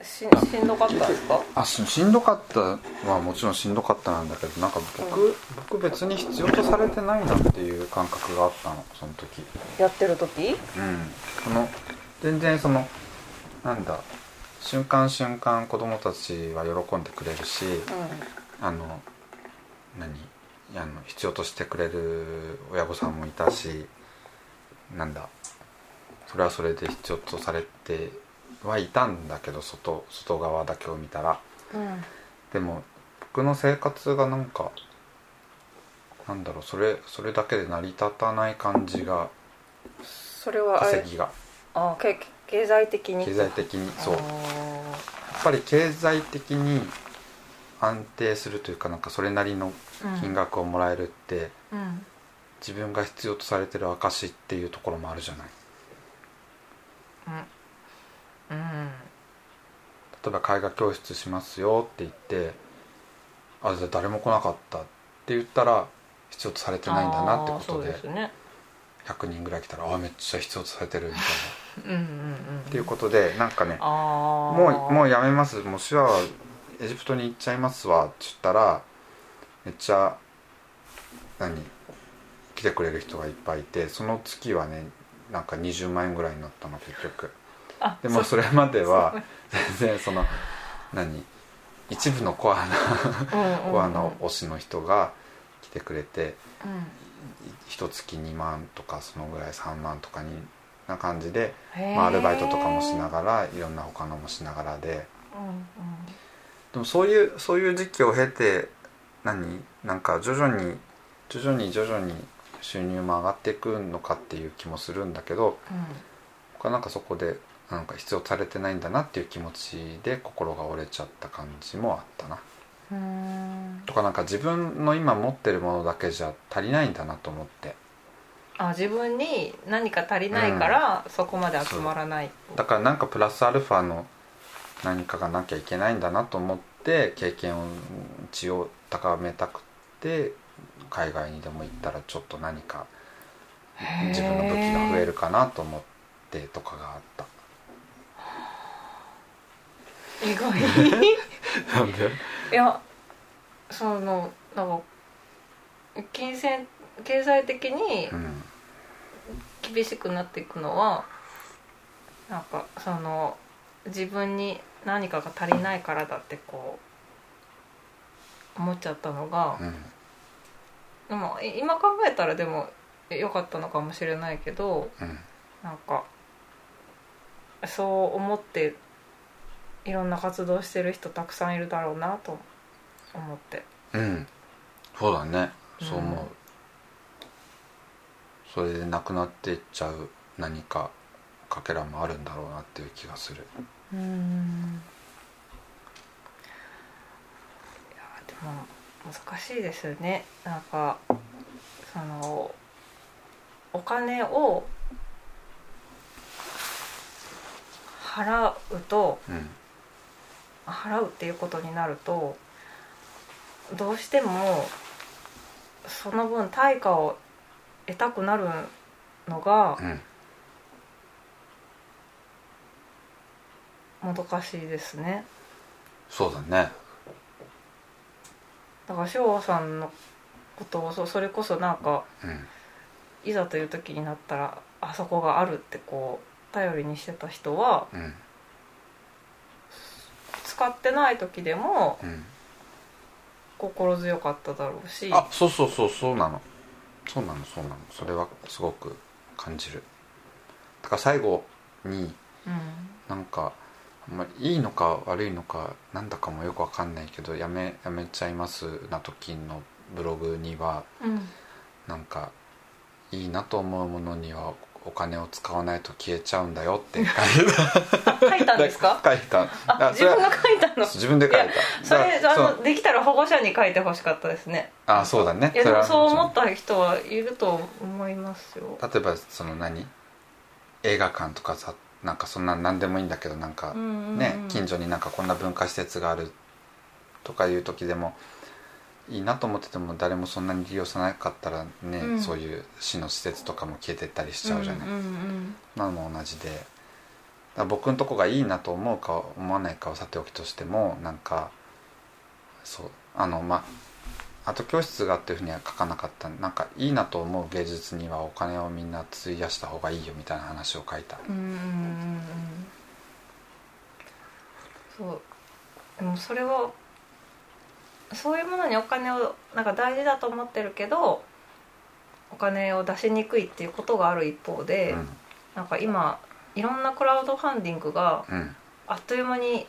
[SPEAKER 2] し
[SPEAKER 1] あ
[SPEAKER 2] しんどかったんですか
[SPEAKER 1] あししんどかったはもちろんしんどかったなんだけどなんか僕,、僕別に必要とされてないなっていう感覚があったのその時
[SPEAKER 2] やってる時
[SPEAKER 1] うんその全然そのなんだ瞬間瞬間子供たちは喜んでくれるし
[SPEAKER 2] う
[SPEAKER 1] あの何あの必要としてくれる親御さんもいたしなんだそれはそれで必要とされてはいたんだけど外外側だけを見たら
[SPEAKER 2] んうん
[SPEAKER 1] でも僕の生活がなんかなんだろうそれそれだけで成り立たない感じが
[SPEAKER 2] それはあれ
[SPEAKER 1] 稼ぎが
[SPEAKER 2] あけ経済的に
[SPEAKER 1] 経済的にそう
[SPEAKER 2] あ
[SPEAKER 1] やっぱり経済的に安定するというかなんかそれなりの
[SPEAKER 2] ー
[SPEAKER 1] 金額をもらえるって、
[SPEAKER 2] うん、うん
[SPEAKER 1] 自分が必要とされてる証っていうところもあるじゃない
[SPEAKER 2] うん
[SPEAKER 1] 例えば絵画教室しますよって言ってあじゃあ誰も来なかったって言ったら必要とされてないんだなって
[SPEAKER 2] あ
[SPEAKER 1] こ
[SPEAKER 2] ーそ
[SPEAKER 1] と
[SPEAKER 2] う
[SPEAKER 1] で
[SPEAKER 2] ですね
[SPEAKER 1] 100人ぐらい来たらあめっちゃ必要とされてるみたいな
[SPEAKER 2] うんうんうん
[SPEAKER 1] っていうことでなんかね
[SPEAKER 2] ああ
[SPEAKER 1] もうも
[SPEAKER 2] う
[SPEAKER 1] うやめますもう手話はエジプトに行っちゃいますわって言ったらめっちゃ何来てくれる人がいっぱいいてその月はねなんか20万円ぐらいになったの結局
[SPEAKER 2] あ
[SPEAKER 1] でも
[SPEAKER 2] そ
[SPEAKER 1] それまで
[SPEAKER 2] <laughs>
[SPEAKER 1] は全然その何一部のコアな
[SPEAKER 2] うんうんう
[SPEAKER 1] <laughs>
[SPEAKER 2] ん
[SPEAKER 1] コアな推しの人が来てくれて
[SPEAKER 2] うん
[SPEAKER 1] 一月2万とかそのぐらい3万とかにな感じで、
[SPEAKER 2] へー
[SPEAKER 1] まあ、アルバイトとかもしながらいろんな他のもしながらで。
[SPEAKER 2] うんうん
[SPEAKER 1] でもそういうそういう時期を経て何なんか徐々に徐々に徐々に収入も上がっていくのかっていう気もするんだけど僕はなんかそこでなんか必要とされてないんだなっていう気持ちで心が折れちゃった感じもあったな
[SPEAKER 2] うんうん
[SPEAKER 1] とかなんか自分の今持ってるものだけじゃ足りないんだなと思って
[SPEAKER 2] あ自分に何か足りないから、そこまで集まらない
[SPEAKER 1] だからなんかプラスアルファの何かがなきゃいけないんだなと思って経験値を高めたくて海外にでも行ったらちょっと何か自分の武器が増え
[SPEAKER 2] る
[SPEAKER 1] るかなと思ってとかがあった
[SPEAKER 2] 意外
[SPEAKER 1] なんで
[SPEAKER 2] いやそのなんか金銭経済的に
[SPEAKER 1] うん
[SPEAKER 2] 厳しくなっていくのはなんかその自分に何かが足りないからだってこう思っちゃったのが、
[SPEAKER 1] うん
[SPEAKER 2] でもい今考えたらでも良かったのかもしれないけど
[SPEAKER 1] うん
[SPEAKER 2] なんかそう思っていろんな活動してる人たくさんいるだろうなと思って
[SPEAKER 1] うんそうだねそう思う、
[SPEAKER 2] うん
[SPEAKER 1] それでなくなっていっちゃう何かかけらもあるんだろうなっていう気がする
[SPEAKER 2] うんいやでも難しいですよねなんかそのお金を払うと
[SPEAKER 1] うん
[SPEAKER 2] 払うっていうことになるとどうしてもその分対価を得たくなるのが
[SPEAKER 1] うん
[SPEAKER 2] もどかしいですね
[SPEAKER 1] そうだね
[SPEAKER 2] だから翔吾さんのことをそそれこそなんか
[SPEAKER 1] うん
[SPEAKER 2] いざという時になったらあそこがあるってこう頼りにしてた人は
[SPEAKER 1] うん
[SPEAKER 2] 使ってない時でも
[SPEAKER 1] うん
[SPEAKER 2] 心強かっただろうし
[SPEAKER 1] あそうそうそうそうなのそうなのそうなのそれはすごく感じるだから最後になんかあんまりいいのか悪いのかなんだかもよくわかんないけどやめやめちゃいますな時のブログには
[SPEAKER 3] うん
[SPEAKER 1] なんかいいなと思うものにはお金を使わないと消えちゃうんだよって書い
[SPEAKER 3] あ書いたんですか
[SPEAKER 1] た書いた
[SPEAKER 3] あ
[SPEAKER 1] あ
[SPEAKER 3] 自
[SPEAKER 1] それ
[SPEAKER 3] 分
[SPEAKER 1] は
[SPEAKER 3] が書いたの
[SPEAKER 1] 自分で書い
[SPEAKER 3] い
[SPEAKER 1] た
[SPEAKER 3] それ
[SPEAKER 1] だ
[SPEAKER 3] あ
[SPEAKER 1] から
[SPEAKER 3] のできたら保護者に書いてほしかったですね
[SPEAKER 1] あそうだね
[SPEAKER 2] いや
[SPEAKER 1] れ
[SPEAKER 2] でも
[SPEAKER 1] は
[SPEAKER 2] そう思
[SPEAKER 1] も
[SPEAKER 2] っ
[SPEAKER 1] ち
[SPEAKER 2] た人はいると思いますよ
[SPEAKER 1] ろん例えばその何映画館とかさなんかそんな何でもいいんだけどなんか、ね、近所になんかこんな文化施設があるとかいう時でもいいなと思ってても誰もそんなに利用さなかったらね、
[SPEAKER 2] うん
[SPEAKER 1] そういう市の施設とかも消えてったりしちゃうじゃない、
[SPEAKER 2] うんうんうん
[SPEAKER 1] なのも同じでだから僕のとこがいいなと思うか思わないかはさておきとしてもなんかそうあのまあアート教室がっていうふうには書かなかったなんかいいなと思う芸術にはお金をみんな費やした方がいいよみたいな話を書いた
[SPEAKER 2] うんうんうんうんそうでもそれはそういうものにお金をなんか大事だと思ってるけどお金を出しにくいっていうことがある一方で、
[SPEAKER 1] うん
[SPEAKER 2] なんか今いろんなクラウドファンディングが
[SPEAKER 1] うん
[SPEAKER 2] あっという間に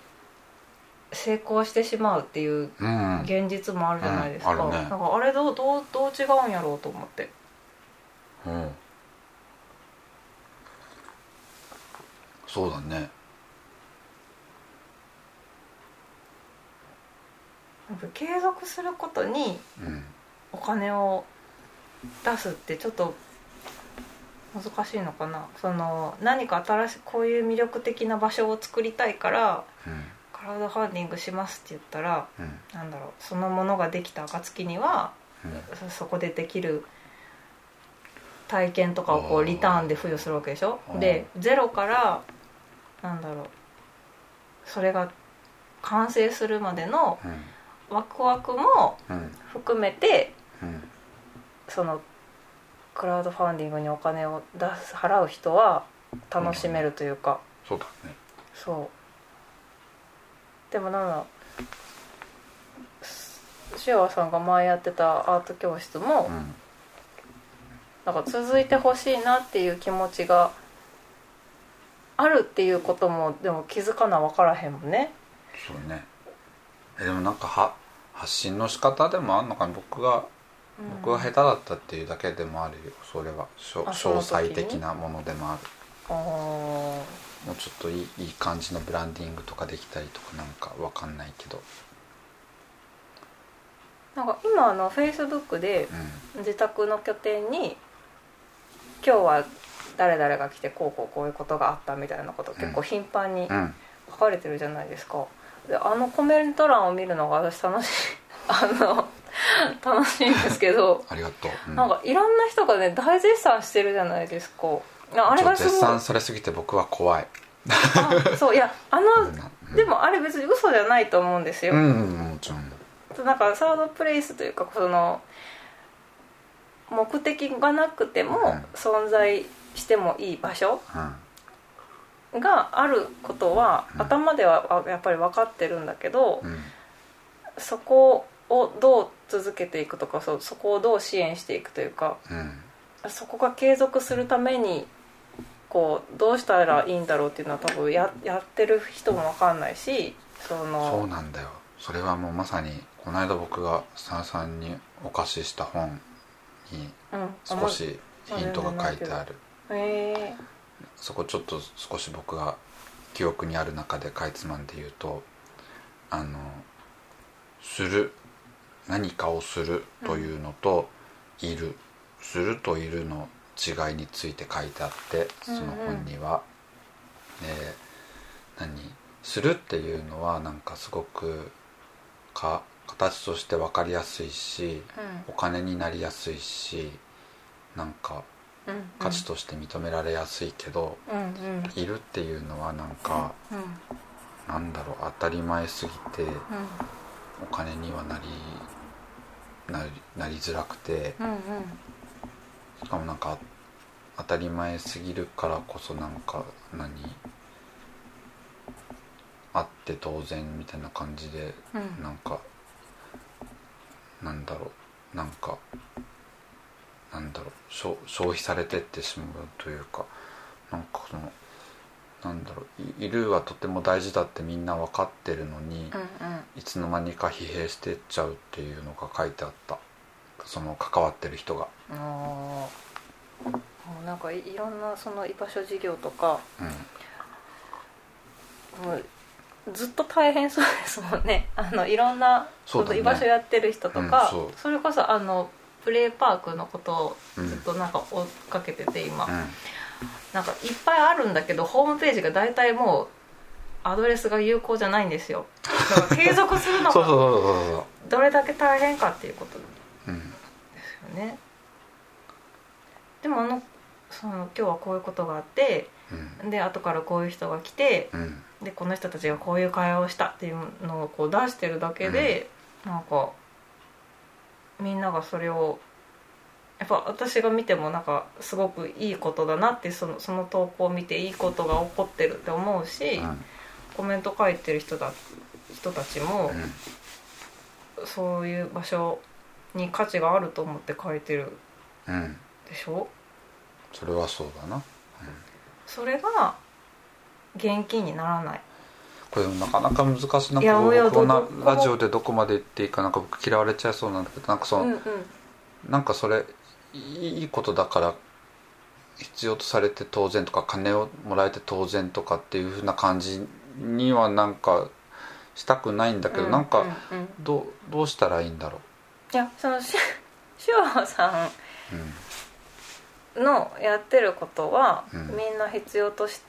[SPEAKER 2] 成功してしまうっていう
[SPEAKER 1] うんうん
[SPEAKER 2] 現実もあるじゃないですか、
[SPEAKER 1] うんあるね
[SPEAKER 2] なんかあれどうどうどう違うんやろうと思って
[SPEAKER 1] うんそうだね
[SPEAKER 2] なんか継続することに
[SPEAKER 1] うん
[SPEAKER 2] お金を出すってちょっと難しいのかなその何か新しいこういう魅力的な場所を作りたいから
[SPEAKER 1] うん
[SPEAKER 2] クラウドファンディングしますって言ったら
[SPEAKER 1] うん
[SPEAKER 2] なんだろうそのものができた暁には
[SPEAKER 1] うん
[SPEAKER 2] そそこでできる体験とかをこ
[SPEAKER 1] あー
[SPEAKER 2] うリターンで付与するわけでしょ
[SPEAKER 1] あー
[SPEAKER 2] でゼロからなんだろうそれが完成するまでの
[SPEAKER 1] うん
[SPEAKER 2] ワクワクも
[SPEAKER 1] うん
[SPEAKER 2] 含めて
[SPEAKER 1] うん
[SPEAKER 2] そのクラウドファンディングにお金を出す払う人は楽しめるというか、
[SPEAKER 1] そうだね
[SPEAKER 2] そうでもなんだすシュアさんが前やってたアート教室も、
[SPEAKER 1] うん
[SPEAKER 2] なんか続いてほしいなっていう気持ちがあるっていうこともでも気づかな分からへんもんね
[SPEAKER 1] そうねえでもなんかは発信の仕方でもあんのかな僕が僕が下手だったっていうだけでもあるよそれはしょ
[SPEAKER 2] あそ
[SPEAKER 1] 詳
[SPEAKER 2] の時
[SPEAKER 1] 細的なものでもある
[SPEAKER 2] あー
[SPEAKER 1] もうちょっといいいい感じのブランディングとかできたりとかなんかわかんないけど
[SPEAKER 2] なんか今あのフェイスブックで
[SPEAKER 1] うん
[SPEAKER 2] 自宅の拠点に今日は誰々が来てこうこうこういうことがあったみたいなこと結構頻繁に
[SPEAKER 1] うん
[SPEAKER 2] 書かれてるじゃないですかであのコメント欄を見るのが私楽しい <laughs> あの楽しいんですけど
[SPEAKER 1] ありがとう、う
[SPEAKER 2] なんかいろんな人がね大絶賛してるじゃないですかああれ
[SPEAKER 1] ちょっと
[SPEAKER 2] がす
[SPEAKER 1] 絶
[SPEAKER 2] ごい
[SPEAKER 1] 賛されすぎて僕は怖い、
[SPEAKER 2] あそういやあの
[SPEAKER 1] みんなうん
[SPEAKER 2] でもあれ別に嘘じゃないと思うんですよ、
[SPEAKER 1] うんうんもちろん
[SPEAKER 2] なんかサードプレイスというかその目的がなくても
[SPEAKER 1] うん
[SPEAKER 2] 存在してもいい場所
[SPEAKER 1] うん
[SPEAKER 2] があることは
[SPEAKER 1] うん
[SPEAKER 2] 頭ではあやっぱり分かってるんだけど
[SPEAKER 1] うん
[SPEAKER 2] そこをどう続けていくとかそうそこをどう支援していくというか
[SPEAKER 1] うん
[SPEAKER 2] そこが継続するためにこうどうしたらいいんだろうっていうのは多分ややってる人も分かんないしそ
[SPEAKER 1] そ
[SPEAKER 2] の
[SPEAKER 1] うなんだよそれはもうまさにこの間僕がさんさんにお貸しした本に
[SPEAKER 2] うん
[SPEAKER 1] 少しヒントが書いてある
[SPEAKER 2] あんまへ
[SPEAKER 1] そこちょっと少し僕が記憶にある中でかいつまんで言うとあのする何かをするというのと、いるするといるの違いについて書いてあってその本には、で何するっていうのはなんかすごくか形として分かりやすいし
[SPEAKER 2] え
[SPEAKER 1] お金になりやすいしなんか
[SPEAKER 2] うんうん
[SPEAKER 1] 価値として認められやすいけど、
[SPEAKER 2] うんうん
[SPEAKER 1] いるっていうのはなんか、
[SPEAKER 2] うんうん
[SPEAKER 1] なんだろう当たり前すぎてお金にはなりなりなりづらくて
[SPEAKER 2] うん
[SPEAKER 1] しかもなんか当たり前すぎるからこそなんか何あって当然みたいな感じで
[SPEAKER 2] うん
[SPEAKER 1] なんかなんだろうなんかなんだろう消消費されてってしまうというかなんかそのなんだろういいるはとても大事だってみんな分かってるのに、
[SPEAKER 2] うんうん
[SPEAKER 1] いつの間にか疲弊してっちゃうっていうのが書いてあったその関わってる人が、
[SPEAKER 2] あーもうなんかいいろんなその居場所事業とか
[SPEAKER 1] うん、
[SPEAKER 2] もうずっと大変そうですもんね <laughs> あのいろんな
[SPEAKER 1] そうだね
[SPEAKER 2] 居場所やってる人とか、
[SPEAKER 1] うんそう
[SPEAKER 2] それこそあのプレーパークのことを
[SPEAKER 1] うん
[SPEAKER 2] ずっとなんか追っかけてて今、
[SPEAKER 1] う
[SPEAKER 2] なんかいっぱいあるんだけどホームページが大体もうアドレスが有効じゃないんですよだから継続するの
[SPEAKER 1] ん、そうそう
[SPEAKER 2] が
[SPEAKER 1] そうそうそ
[SPEAKER 2] どれだけ大変かっていうこと
[SPEAKER 1] う、うん、
[SPEAKER 2] ですよねでもあのその今日はこういうことがあって
[SPEAKER 1] うん
[SPEAKER 2] で後からこういう人が来て
[SPEAKER 1] うん
[SPEAKER 2] でこの人たちがこういう会話をしたっていうのをこう出してるだけで、なんかみんながそれをやっぱ私が見てもなんかすごくいいことだなってそのその投稿を見ていいことが起こってるって思うし、
[SPEAKER 1] うん
[SPEAKER 2] コメント書いてる人だ人たちも
[SPEAKER 1] うん
[SPEAKER 2] そういう場所に価値があると思って書いてる
[SPEAKER 1] うん
[SPEAKER 2] でしょ
[SPEAKER 1] それはそうだな
[SPEAKER 2] それが現金にならない
[SPEAKER 1] これなかなか難しいない
[SPEAKER 2] や
[SPEAKER 1] こ
[SPEAKER 2] おや
[SPEAKER 1] うこんな
[SPEAKER 2] どこも
[SPEAKER 1] ラジオでどこまで言っていいかなんか僕嫌われちゃいそうなんだけどなんかその、
[SPEAKER 2] うん
[SPEAKER 1] なんかそれいいことだから必要とされて当然とか金をもらえて当然とかっていう風な感じにはなんかしたくないんだけど、なんか
[SPEAKER 2] うんうん
[SPEAKER 1] どうどうしたらいいんだろ
[SPEAKER 2] いやそのししおさ
[SPEAKER 1] う、うん
[SPEAKER 2] んのやってることは、
[SPEAKER 1] うん
[SPEAKER 2] みんな必要とし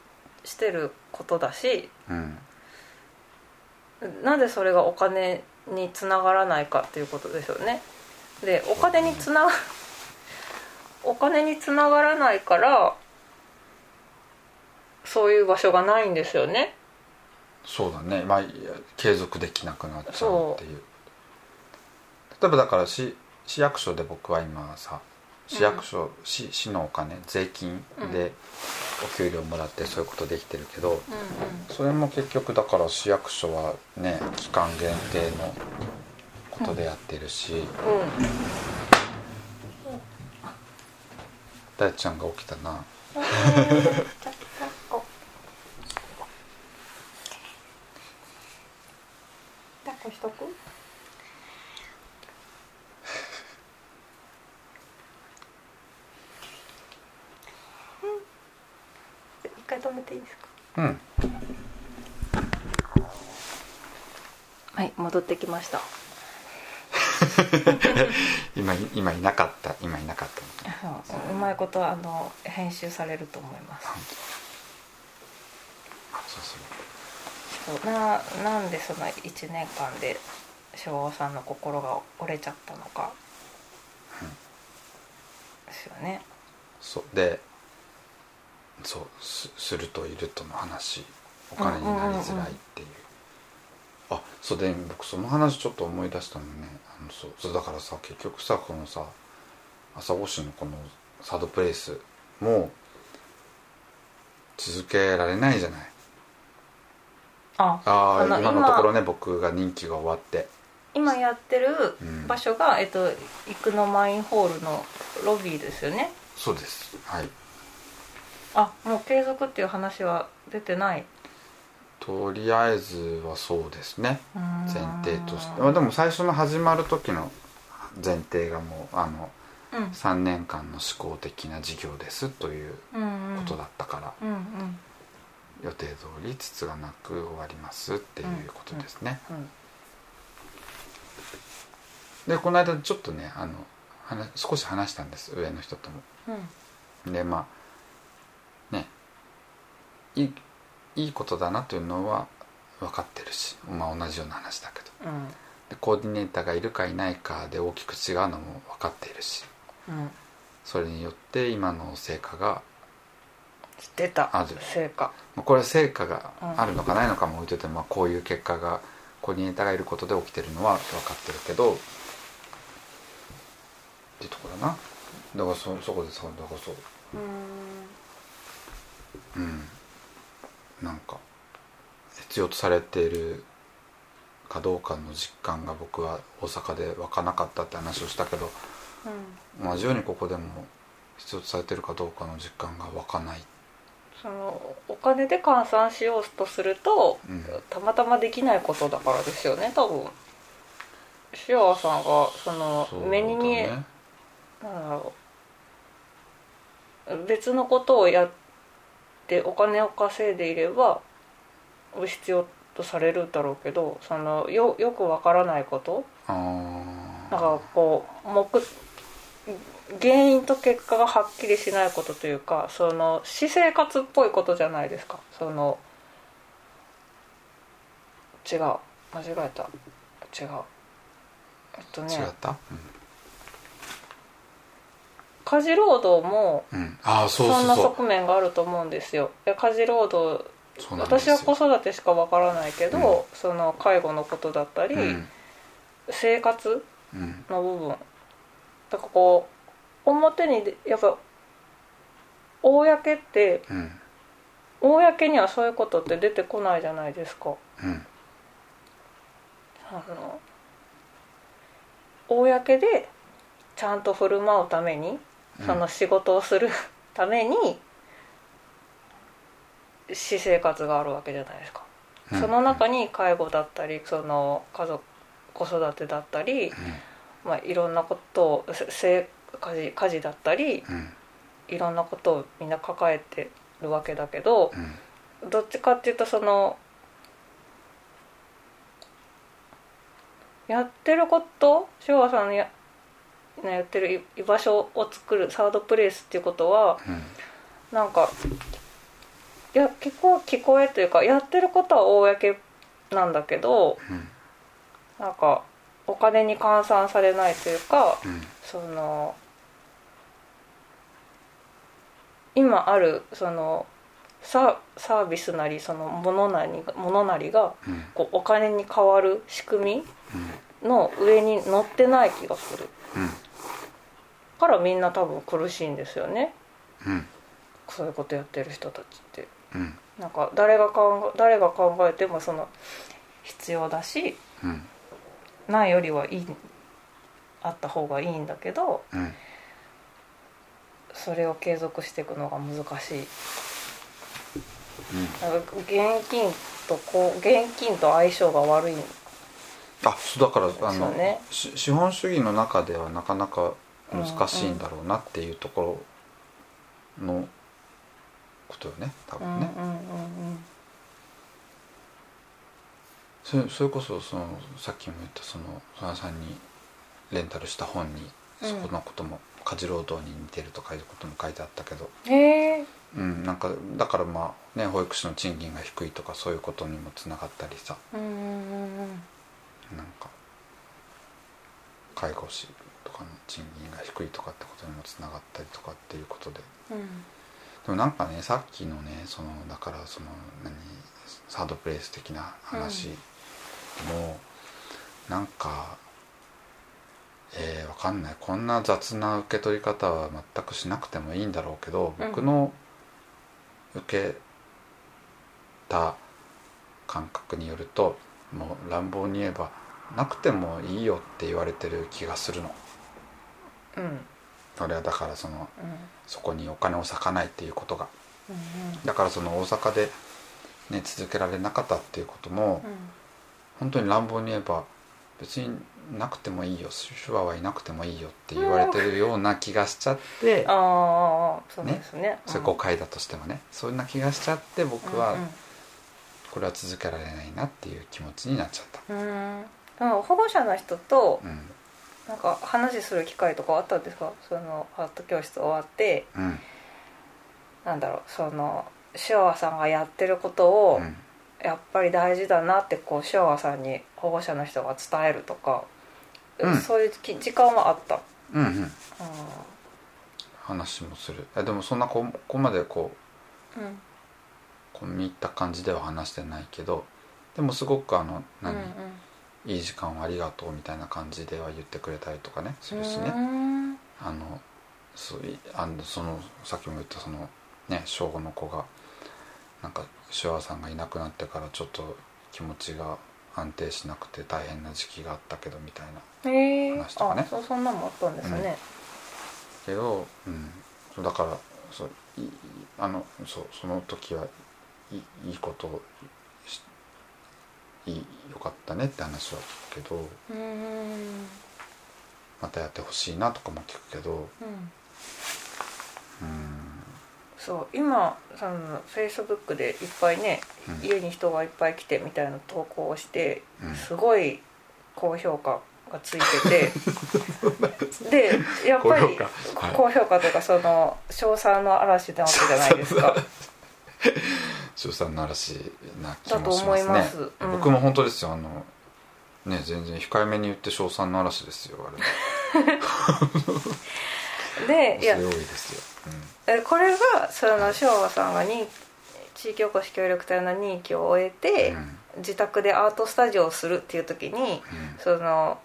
[SPEAKER 2] してることだし
[SPEAKER 1] うん
[SPEAKER 2] なぜそれがお金につながらないかっていうことですよねでお金につなお金につながらないからそういう場所がないんですよね
[SPEAKER 1] そうだね、まあ、いや継続できなくなっちゃう
[SPEAKER 2] そ
[SPEAKER 1] っ
[SPEAKER 2] う
[SPEAKER 1] ていう例えばだから市市役所で僕は今さ市役所、市市のお金税金でお給料もらってそういうことできてるけど、
[SPEAKER 2] うん
[SPEAKER 1] それも結局だから市役所はね期間限定のことでやってるし
[SPEAKER 2] うんうん
[SPEAKER 1] 大ちゃんが起きたな
[SPEAKER 4] 抱っこしとく一回止めていいですか
[SPEAKER 1] うん
[SPEAKER 2] はい戻ってきました
[SPEAKER 1] 今い今いなかった今いなかった
[SPEAKER 2] うまいことあの編集されると思います
[SPEAKER 1] そうそう
[SPEAKER 2] そうななんでその1年間で昭和さんの心が折れちゃったのかですよね
[SPEAKER 1] そうでそうすするといるとの話お金になりづらいっていう,、あそうで僕その話ちょっと思い出したのねあのそうそうだからさ結局さこのさ朝越しのこのサードプレイスも続けられないじゃない
[SPEAKER 2] あ
[SPEAKER 1] ああ
[SPEAKER 2] その
[SPEAKER 1] 今のところね僕が任期が終わって
[SPEAKER 2] 今やってる
[SPEAKER 1] うん
[SPEAKER 2] 場所が、えっと生野マインホールのロビーですよね
[SPEAKER 1] そうですはい
[SPEAKER 2] あもう継続っていう話は出てない
[SPEAKER 1] とりあえずはそうですね
[SPEAKER 2] うーん
[SPEAKER 1] 前提としてまあでも最初の始まる時の前提がもうあの
[SPEAKER 2] うん
[SPEAKER 1] 3年間の試行的な事業ですという
[SPEAKER 2] うんう
[SPEAKER 1] こ
[SPEAKER 2] ん
[SPEAKER 1] とだったから、
[SPEAKER 2] うんうん
[SPEAKER 1] 予定通りつつがなく終わりますっていうことですね、
[SPEAKER 2] うん
[SPEAKER 1] でこの間ちょっとねあの話少し話したんです上の人とも
[SPEAKER 2] うん
[SPEAKER 1] でまあねいいいいことだなというのは分かってるし、まあ、同じような話だけど
[SPEAKER 2] うん
[SPEAKER 1] でコーディネーターがいるかいないかで大きく違うのも分かっているし
[SPEAKER 2] うん
[SPEAKER 1] それによって今の成果が
[SPEAKER 2] 出た
[SPEAKER 1] ある
[SPEAKER 2] 成果
[SPEAKER 1] まあこれは成果があるのかないのかも置いといて、まあ、こういう結果がコーディネーターがいることで起きてるのは分かってるけどっていうところだなだからそそこでそうだからそううんなんか必要とされているかどうかの実感が僕は大阪で湧かなかったって話をしたけど同じようにここでも必要とされてるかどうかの実感が湧かない、
[SPEAKER 2] そのお金で換算しようとすると
[SPEAKER 1] うん、
[SPEAKER 2] たまたまできないことだからですよね多分シアワさんがその
[SPEAKER 1] そうだ
[SPEAKER 2] 目に見え、
[SPEAKER 1] ね
[SPEAKER 2] なんだろう別のことをやってお金を稼いでいれば必要とされるだろうけどそのよよくわからないこと
[SPEAKER 1] あ
[SPEAKER 2] なん
[SPEAKER 1] ー
[SPEAKER 2] かこう目原因と結果がはっきりしないことというかその私生活っぽいことじゃないですかその違う間違えた違うえっとね
[SPEAKER 1] 違った、
[SPEAKER 2] 家事労働も
[SPEAKER 1] うんうん、ああそう
[SPEAKER 2] そん
[SPEAKER 1] そう
[SPEAKER 2] な
[SPEAKER 1] そ
[SPEAKER 2] 側面があると思うんですよいや家事労働
[SPEAKER 1] うそうなんです
[SPEAKER 2] 私
[SPEAKER 1] よ
[SPEAKER 2] は子育てしかわからないけど、その介護のことだったり、
[SPEAKER 1] うん
[SPEAKER 2] 生活
[SPEAKER 1] うん
[SPEAKER 2] の部分だからこう表にでやっぱ公って
[SPEAKER 1] うん
[SPEAKER 2] 公にはそういうことって出てこないじゃないですか
[SPEAKER 1] うん
[SPEAKER 2] あの公でちゃんと振る舞うために
[SPEAKER 1] うん
[SPEAKER 2] その仕事をする <laughs> ために私生活があるわけじゃないですか、
[SPEAKER 1] うん
[SPEAKER 2] その中に介護だったりその家族子育てだったり、まあ、いろんなことをせせ家事家事だったり
[SPEAKER 1] うんうん
[SPEAKER 2] いろんなことをみんな抱えてるわけだけど
[SPEAKER 1] うん
[SPEAKER 2] どっちかっていうとそのやってること昭和さんのやねやってる居居場所を作るサードプレイスっていうことは
[SPEAKER 1] うん
[SPEAKER 2] なんかいや聞こう聞こえというかやってることは公なんだけど
[SPEAKER 1] うん
[SPEAKER 2] なんかお金に換算されないというか
[SPEAKER 1] うん
[SPEAKER 2] その今あるそのササービスなりその物なり物なりが
[SPEAKER 1] うん
[SPEAKER 2] こうお金に変わる仕組
[SPEAKER 1] うん
[SPEAKER 2] みの上に乗ってない気がする
[SPEAKER 1] うん
[SPEAKER 2] からみんな多分苦しいんですよね
[SPEAKER 1] うん
[SPEAKER 2] そういうことやってる人たちって
[SPEAKER 1] うん
[SPEAKER 2] なんか誰が考え誰が考えてもその必要だし
[SPEAKER 1] うん
[SPEAKER 2] ないよりはいいあった方がいいんだけど
[SPEAKER 1] うん
[SPEAKER 2] それを継続していくのが難しいなんか現金とこう現金と相性が悪い
[SPEAKER 1] あそうだからあ
[SPEAKER 2] そ
[SPEAKER 1] の、
[SPEAKER 2] うね
[SPEAKER 1] し資本主義の中ではなかなか難しいんだろうなっていうところのことよね多
[SPEAKER 2] うんうん
[SPEAKER 1] 分
[SPEAKER 2] うん
[SPEAKER 1] ね、そそれこそそのさっきも言ったその曽田さんにレンタルした本に
[SPEAKER 2] うん
[SPEAKER 1] そこのことも家事労働に似てるとかいうことも書いてあったけど、
[SPEAKER 2] うんへえ
[SPEAKER 1] うん、なんかだからまあね保育士の賃金が低いとかそういうことにもつながったりさ
[SPEAKER 2] うんうんうんうん
[SPEAKER 1] なんか介護士とかの賃金が低いとかってことにもつながったりとかっていうことで
[SPEAKER 2] うん
[SPEAKER 1] でもなんかねさっきのねそのだからその何サードプレイス的な話も、なんかえー、わかんないこんな雑な受け取り方は全くしなくてもいいんだろうけど僕の受けた感覚によるともう乱暴に言えばなくてもいいよって言われてる気がするの。
[SPEAKER 2] うんうん
[SPEAKER 1] 俺はだからそのそこにお金を割かないっていうことが。
[SPEAKER 2] うん
[SPEAKER 1] だからその大阪で、ね、続けられなかったっていうことも本当に乱暴に言えば別になくてもいいよ手話はいなくてもいいよって言われてるような気がしちゃって
[SPEAKER 2] ああそうですね
[SPEAKER 1] それ誤解だとしてもねそんな気がしちゃって僕はこれは続けられないなっていう気持ちになっちゃった。
[SPEAKER 2] うんうん、うんでも保護者の人と
[SPEAKER 1] うん
[SPEAKER 2] なんか話する機会とかあったんですかそのハート教室終わって
[SPEAKER 1] うん
[SPEAKER 2] なんだろうそのシュアワさんがやってることを、
[SPEAKER 1] うん
[SPEAKER 2] やっぱり大事だなってこうシュアさんに保護者の人が伝えるとか、
[SPEAKER 1] うん
[SPEAKER 2] そういうき時間はあった、
[SPEAKER 1] うんうん
[SPEAKER 2] う
[SPEAKER 1] 話もするえでもそんなこここまでこうん
[SPEAKER 2] うん
[SPEAKER 1] こう見入った感じでは話してないけどでもすごくあの何、
[SPEAKER 2] うん
[SPEAKER 1] いい時間をありがとうみたいな感じでは言ってくれたりとかねす
[SPEAKER 2] うん
[SPEAKER 1] るしね、
[SPEAKER 2] うん
[SPEAKER 1] あのそういあのそのさっきも言ったそのね小5の子がなんかシュワさんがいなくなってからちょっと気持ちが安定しなくて大変な時期があったけどみたいな
[SPEAKER 2] へえ
[SPEAKER 1] 話とかね
[SPEAKER 2] あそうそんなのもあったんですね、
[SPEAKER 1] けど、うん、そうだからそういいあのそうその時はいいいいことをしいいよかったねって話は聞くけど
[SPEAKER 2] うーん
[SPEAKER 1] またやってほしいなとかも聞くけど
[SPEAKER 2] うん
[SPEAKER 1] うん
[SPEAKER 2] そう今そのフェイスブックでいっぱいね
[SPEAKER 1] うん
[SPEAKER 2] 家に人がいっぱい来てみたいな投稿をして
[SPEAKER 1] うん
[SPEAKER 2] すごい高評価がつい
[SPEAKER 1] <laughs>
[SPEAKER 2] ててでやっぱり
[SPEAKER 1] 高評価はい
[SPEAKER 2] 高評価というかその称賛の嵐なわけじゃないです
[SPEAKER 1] <laughs>
[SPEAKER 2] か
[SPEAKER 1] 出産の嵐な気
[SPEAKER 2] だと
[SPEAKER 1] もし
[SPEAKER 2] 思
[SPEAKER 1] ま
[SPEAKER 2] い
[SPEAKER 1] す
[SPEAKER 2] ま
[SPEAKER 1] ね
[SPEAKER 2] すうん
[SPEAKER 1] 僕も本当ですよあのね全然控えめに言って称賛の嵐ですよあれ
[SPEAKER 2] でいや
[SPEAKER 1] 恐れ多いですよ、
[SPEAKER 2] えこれがその昭和さんがに地域おこし協力隊の任期を終え
[SPEAKER 1] うん
[SPEAKER 2] て
[SPEAKER 1] うん
[SPEAKER 2] 自宅でアートスタジオをするっていう時にその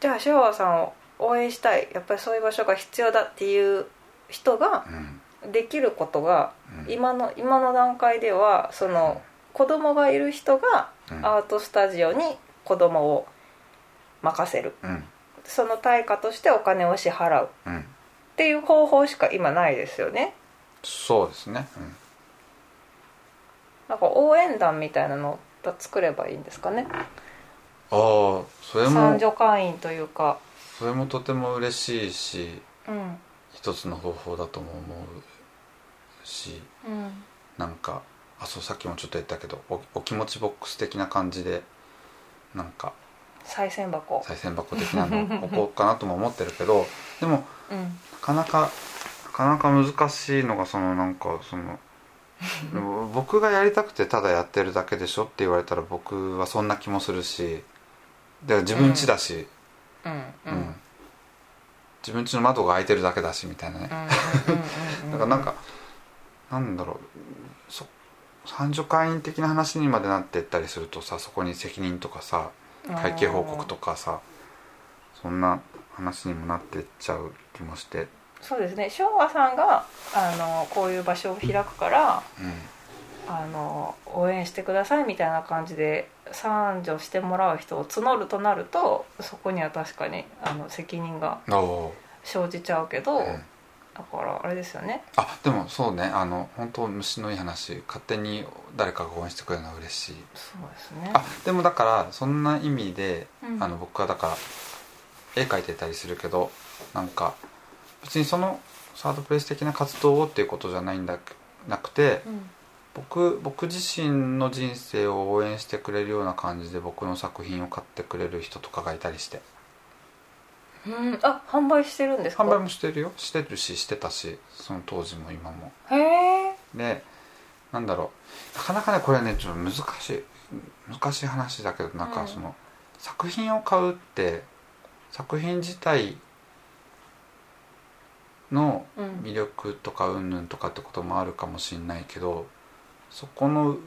[SPEAKER 2] じゃあ昭和さんを応援したいやっぱりそういう場所が必要だっていう人が
[SPEAKER 1] うんうん
[SPEAKER 2] できることが
[SPEAKER 1] うん
[SPEAKER 2] 今の今の段階ではその子供がいる人が
[SPEAKER 1] うん
[SPEAKER 2] アートスタジオに子供を任せる
[SPEAKER 1] うん
[SPEAKER 2] その対価としてお金を支払うっ
[SPEAKER 1] うん
[SPEAKER 2] ていう方法しか今ないですよね
[SPEAKER 1] そうですね、うん
[SPEAKER 2] なんか応援団みたいなのを作ればいいんですかね
[SPEAKER 1] ああそれ
[SPEAKER 2] 三
[SPEAKER 1] も
[SPEAKER 2] 女会員というか
[SPEAKER 1] それもとても嬉しいし
[SPEAKER 2] うん
[SPEAKER 1] 一つの方法だとも思うし
[SPEAKER 2] うん
[SPEAKER 1] なんかあそうさっきもちょっと言ったけどおお気持ちボックス的な感じでなんか
[SPEAKER 2] 再銭箱
[SPEAKER 1] 賽銭箱的なのを置こうかなとも思ってるけど <laughs> でも
[SPEAKER 2] うん
[SPEAKER 1] なかなかなかなか難しいのがそのなんかその <laughs> 僕がやりたくてただやってるだけでしょって言われたら僕はそんな気もするしで自分家だし、
[SPEAKER 2] うんうんう
[SPEAKER 1] うんん自分家の窓が開いてるだけだしみたいなね、
[SPEAKER 2] うん
[SPEAKER 1] だからなんかなんだろうそ三助会員的な話にまでなってったりするとさそこに責任とかさ会計報告とかさそんな話にもなってっちゃう気もして
[SPEAKER 2] そうですね昭和さんがあのこういう場所を開くから
[SPEAKER 1] う
[SPEAKER 2] あの応援してくださいみたいな感じで賛助してもらう人を募るとなるとそこには確かにあの責任が
[SPEAKER 1] んお
[SPEAKER 2] 生じちゃうけど、
[SPEAKER 1] ーうん
[SPEAKER 2] だからあれですよね
[SPEAKER 1] あでもそうねあの本当虫のいい話勝手に誰かが応援してくれるのは嬉しい
[SPEAKER 2] そうですね
[SPEAKER 1] あでもだからそんな意味で
[SPEAKER 2] うん
[SPEAKER 1] あの僕はだから絵描いてたりするけどなんか別にそのサードプレイス的な活動をっていうことじゃないんだなくて
[SPEAKER 2] うん
[SPEAKER 1] 僕僕自身の人生を応援してくれるような感じで僕の作品を買ってくれる人とかがいたりして
[SPEAKER 2] うんあ販売してるんですか
[SPEAKER 1] 販売もしてるよしてるししてたしその当時も今も
[SPEAKER 2] へえ
[SPEAKER 1] でなんだろうなかなかねこれねちょっと難しい難しい話だけどなん
[SPEAKER 2] う
[SPEAKER 1] か
[SPEAKER 2] ん
[SPEAKER 1] その、作品を買うって作品自体の
[SPEAKER 2] うん
[SPEAKER 1] 魅力とかうんぬんとかってこともあるかもしれないけどそこのう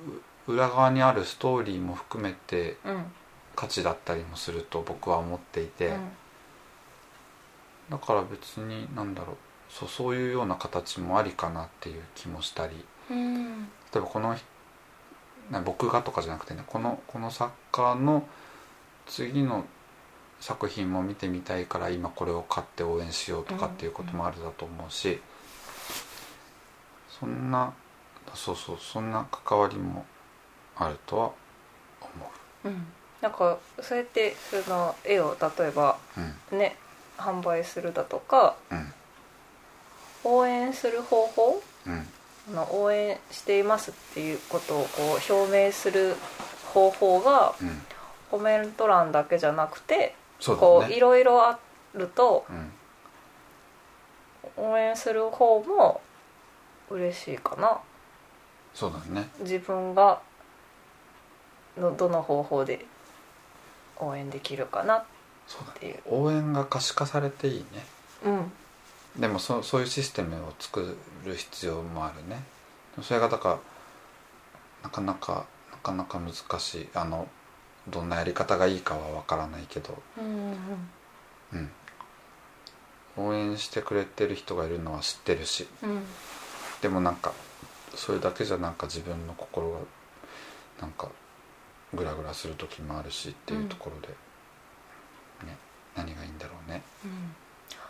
[SPEAKER 1] 裏側にあるストーリーも含めて
[SPEAKER 2] うん
[SPEAKER 1] 価値だったりもすると僕は思っていて、
[SPEAKER 2] うん
[SPEAKER 1] だから別になんだろうそうそういうような形もありかなっていう気もしたり
[SPEAKER 2] うん
[SPEAKER 1] 例えばこのな僕がとかじゃなくてねこのこの作家の次の作品も見てみたいから今これを買って応援しようとかっていうこともあるだと思うし、そんなそうそうそんな関わりもあるとは思
[SPEAKER 2] うんなんかそうやってその絵を例えば
[SPEAKER 1] ううん
[SPEAKER 2] ね販売するだとか
[SPEAKER 1] うん
[SPEAKER 2] 応援する方法
[SPEAKER 1] うん
[SPEAKER 2] あの応援していますっていうことをこう表明する方法が
[SPEAKER 1] うん
[SPEAKER 2] コメント欄だけじゃなくて
[SPEAKER 1] そう
[SPEAKER 2] こ
[SPEAKER 1] だ
[SPEAKER 2] う
[SPEAKER 1] ね
[SPEAKER 2] いろいろあると
[SPEAKER 1] うん
[SPEAKER 2] 応援する方も嬉しいかな
[SPEAKER 1] そうだね
[SPEAKER 2] 自分がのどの方法で応援できるかなっ
[SPEAKER 1] そうだね
[SPEAKER 2] ていう
[SPEAKER 1] 応援が可視化されていいね
[SPEAKER 2] うん
[SPEAKER 1] でもそそういうシステムを作る必要もあるねそれがだからなかなかなかなか難しいあのどんなやり方がいいかはわからないけど、
[SPEAKER 2] うん
[SPEAKER 1] うん、応援してくれてる人がいるのは知ってるし
[SPEAKER 2] うん
[SPEAKER 1] でもなんかそれだけじゃなんか自分の心がなんかグラグラする時もあるしっていうところで、ね、何がいいんだろうね
[SPEAKER 5] うん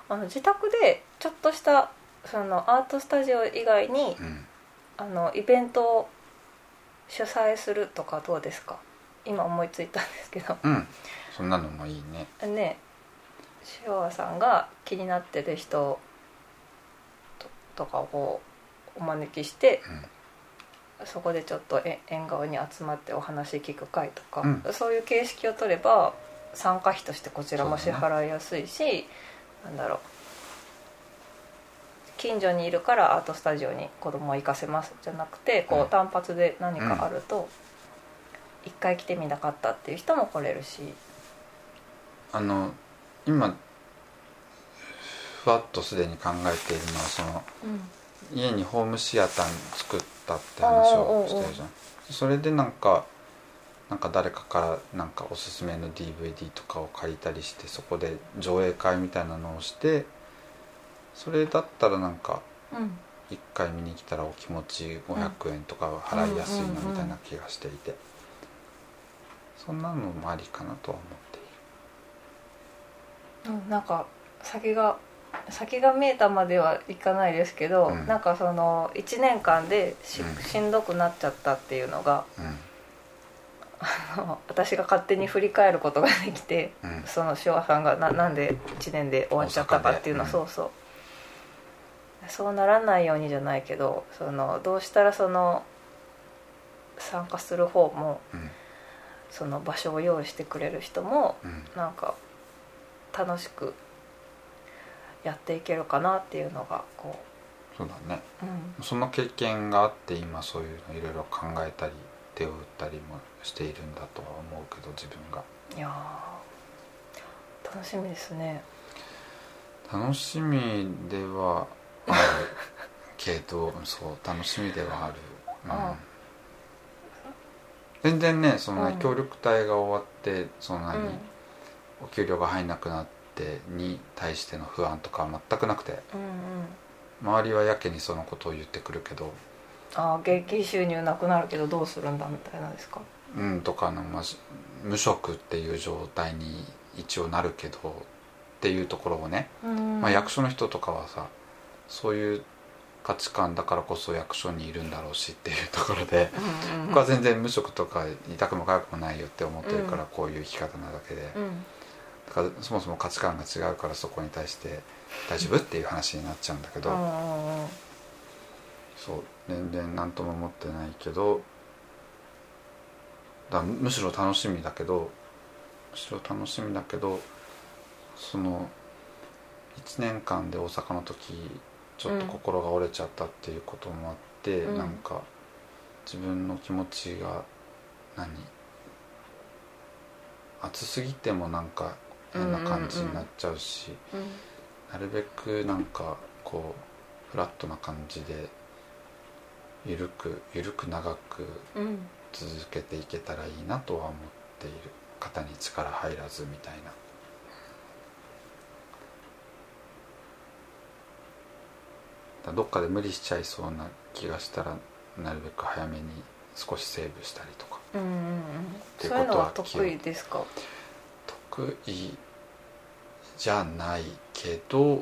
[SPEAKER 2] あの自宅でちょっとしたそのアートスタジオ以外に
[SPEAKER 1] うん
[SPEAKER 2] あのイベントを主催するとかどうですか今思いついたんですけど <laughs>
[SPEAKER 1] うんそんなのもいいね
[SPEAKER 2] ね塩川さんが気になってる人ととかをこうお招きしてそこでちょっとえ縁側に集まってお話聞く会とか、
[SPEAKER 1] う
[SPEAKER 2] そういう形式を取れば参加費としてこちらも
[SPEAKER 1] そ
[SPEAKER 2] 支
[SPEAKER 1] うだね
[SPEAKER 2] 払いやすいし、なんだろう近所にいるからアートスタジオに子供を行かせますじゃなくてこ
[SPEAKER 1] うん
[SPEAKER 2] う単発で何かあると、一回来てみなかったっていう人も来れるし、
[SPEAKER 1] あの今ふわっとすでに考えているのはその家にホームシアター作ったって話をしてるじゃんそれでなんかなんか誰かからなんかおすすめの DVD とかを借りたりしてそこで上映会みたいなのをしてそれだったらなんか
[SPEAKER 2] うん
[SPEAKER 1] 1回見に来たらお気持ち500円とかは払いやすいなみたいな気がしていてそんなのもありかなとは思っている
[SPEAKER 2] うんなんか先が先が見えたまではいかないですけど、
[SPEAKER 1] うん
[SPEAKER 2] なんかその1年間でし,、
[SPEAKER 1] うん
[SPEAKER 2] しんどくなっちゃったっていうのが <laughs>
[SPEAKER 1] う
[SPEAKER 2] あの私が勝手に振り返ることができて
[SPEAKER 1] んうん
[SPEAKER 2] その昭和さんがななんで1年で終わっちゃったかっていうのは、
[SPEAKER 1] 大阪で
[SPEAKER 2] そうそうそうならないようにじゃないけどそのどうしたらその参加する方も
[SPEAKER 1] うん
[SPEAKER 2] その場所を用意してくれる人も
[SPEAKER 1] うん
[SPEAKER 2] なんか楽しくやっていけるかなっていうのがこ
[SPEAKER 1] そうだね
[SPEAKER 2] う、うん、
[SPEAKER 1] その経験があって今そういうのいろいろ考えたり手を打ったりもしているんだとは思うけど自分が
[SPEAKER 2] いやー楽しみですね
[SPEAKER 1] 楽しみではあるけ
[SPEAKER 2] <laughs>
[SPEAKER 1] どそう楽しみではある、うん
[SPEAKER 2] ああ
[SPEAKER 1] 全然ねそのね、
[SPEAKER 2] うん
[SPEAKER 1] 協力隊が終わってその何、
[SPEAKER 2] うん
[SPEAKER 1] お給料が入んなくなってに対しての不安とかは全くなくて
[SPEAKER 2] うんうん
[SPEAKER 1] 周りはやけにそのことを言ってくるけど
[SPEAKER 2] ああ現金収入なくなるけどどうするんだみたいなんですか
[SPEAKER 1] うんとかの、まあ、し無職っていう状態に一応なるけどっていうところをね、
[SPEAKER 2] うん
[SPEAKER 1] まあ、役所の人とかはさそういう価値観だからこそ役所にいるんだろうしっていうところで
[SPEAKER 2] うんうん
[SPEAKER 1] 僕は全然無職とか痛くも痒くもないよって思ってるから
[SPEAKER 2] う
[SPEAKER 1] こういう生き方なだけで
[SPEAKER 2] うん
[SPEAKER 1] だからそもそも価値観が違うからそこに対して大丈夫っていう話になっちゃうんだけ
[SPEAKER 2] う
[SPEAKER 1] ど
[SPEAKER 2] んうんうん
[SPEAKER 1] そう全然何とも思ってないけどだむしろ楽しみだけどむしろ楽しみだけどその1年間で大阪の時ちょっと心が折れちゃったっていうこともあって、
[SPEAKER 2] うん
[SPEAKER 1] なんか自分の気持ちが何熱すぎてもなんか変な感じになっちゃうし、なるべくなんかこうフラットな感じでゆるくゆるく長く
[SPEAKER 2] うんうん
[SPEAKER 1] 続けていけたらいいなとは思っている肩に力入らずみたいなだどっかで無理しちゃいそうな気がしたらなるべく早めに少しセーブしたりとか
[SPEAKER 2] うんうん
[SPEAKER 1] ていうことは
[SPEAKER 2] そういうのは得意ですか
[SPEAKER 1] 得意じゃないけど
[SPEAKER 2] うん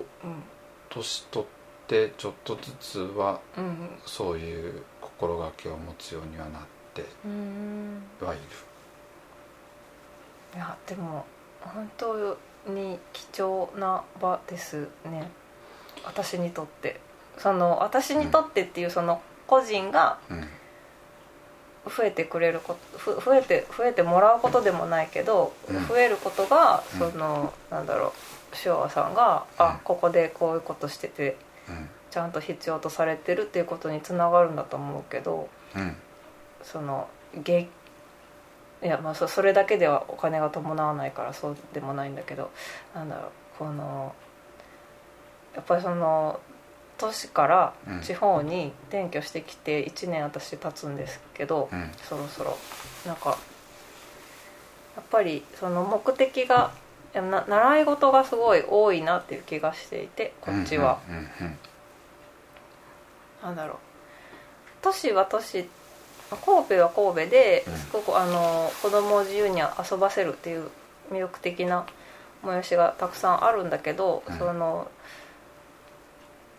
[SPEAKER 1] 年取ってちょっとずつは
[SPEAKER 2] うん
[SPEAKER 1] そういう心がけを持つようにはなって
[SPEAKER 2] うん
[SPEAKER 1] はいる
[SPEAKER 2] いやでも本当に貴重な場ですね私にとってその私にとってっていうその個人が
[SPEAKER 1] うん
[SPEAKER 2] 増えてくれることふ増えて増えてもらうことでもないけど、
[SPEAKER 1] うん
[SPEAKER 2] 増えることが
[SPEAKER 1] うん
[SPEAKER 2] その、なんだろう塩川さんが、
[SPEAKER 1] うん
[SPEAKER 2] あここでこういうことしててちゃんと必要とされてるっていうことにつながるんだと思うけど
[SPEAKER 1] うんうん
[SPEAKER 2] そのげいやまあそそれだけではお金が伴わないからそうでもないんだけどなんだろうこのやっぱりその都市から
[SPEAKER 1] うん
[SPEAKER 2] 地方に転居してきて1年私経つんですけど、
[SPEAKER 1] うん
[SPEAKER 2] そろそろなんかやっぱりその目的がいやな習い事がすごい多いなっていう気がしていてこっちは、
[SPEAKER 1] うんうんうん
[SPEAKER 2] なんだろう都市は都市神戸は神戸で
[SPEAKER 1] うん
[SPEAKER 2] すごくあの子供を自由に遊ばせるっていう魅力的な催しがたくさんあるんだけど、
[SPEAKER 1] うん
[SPEAKER 2] その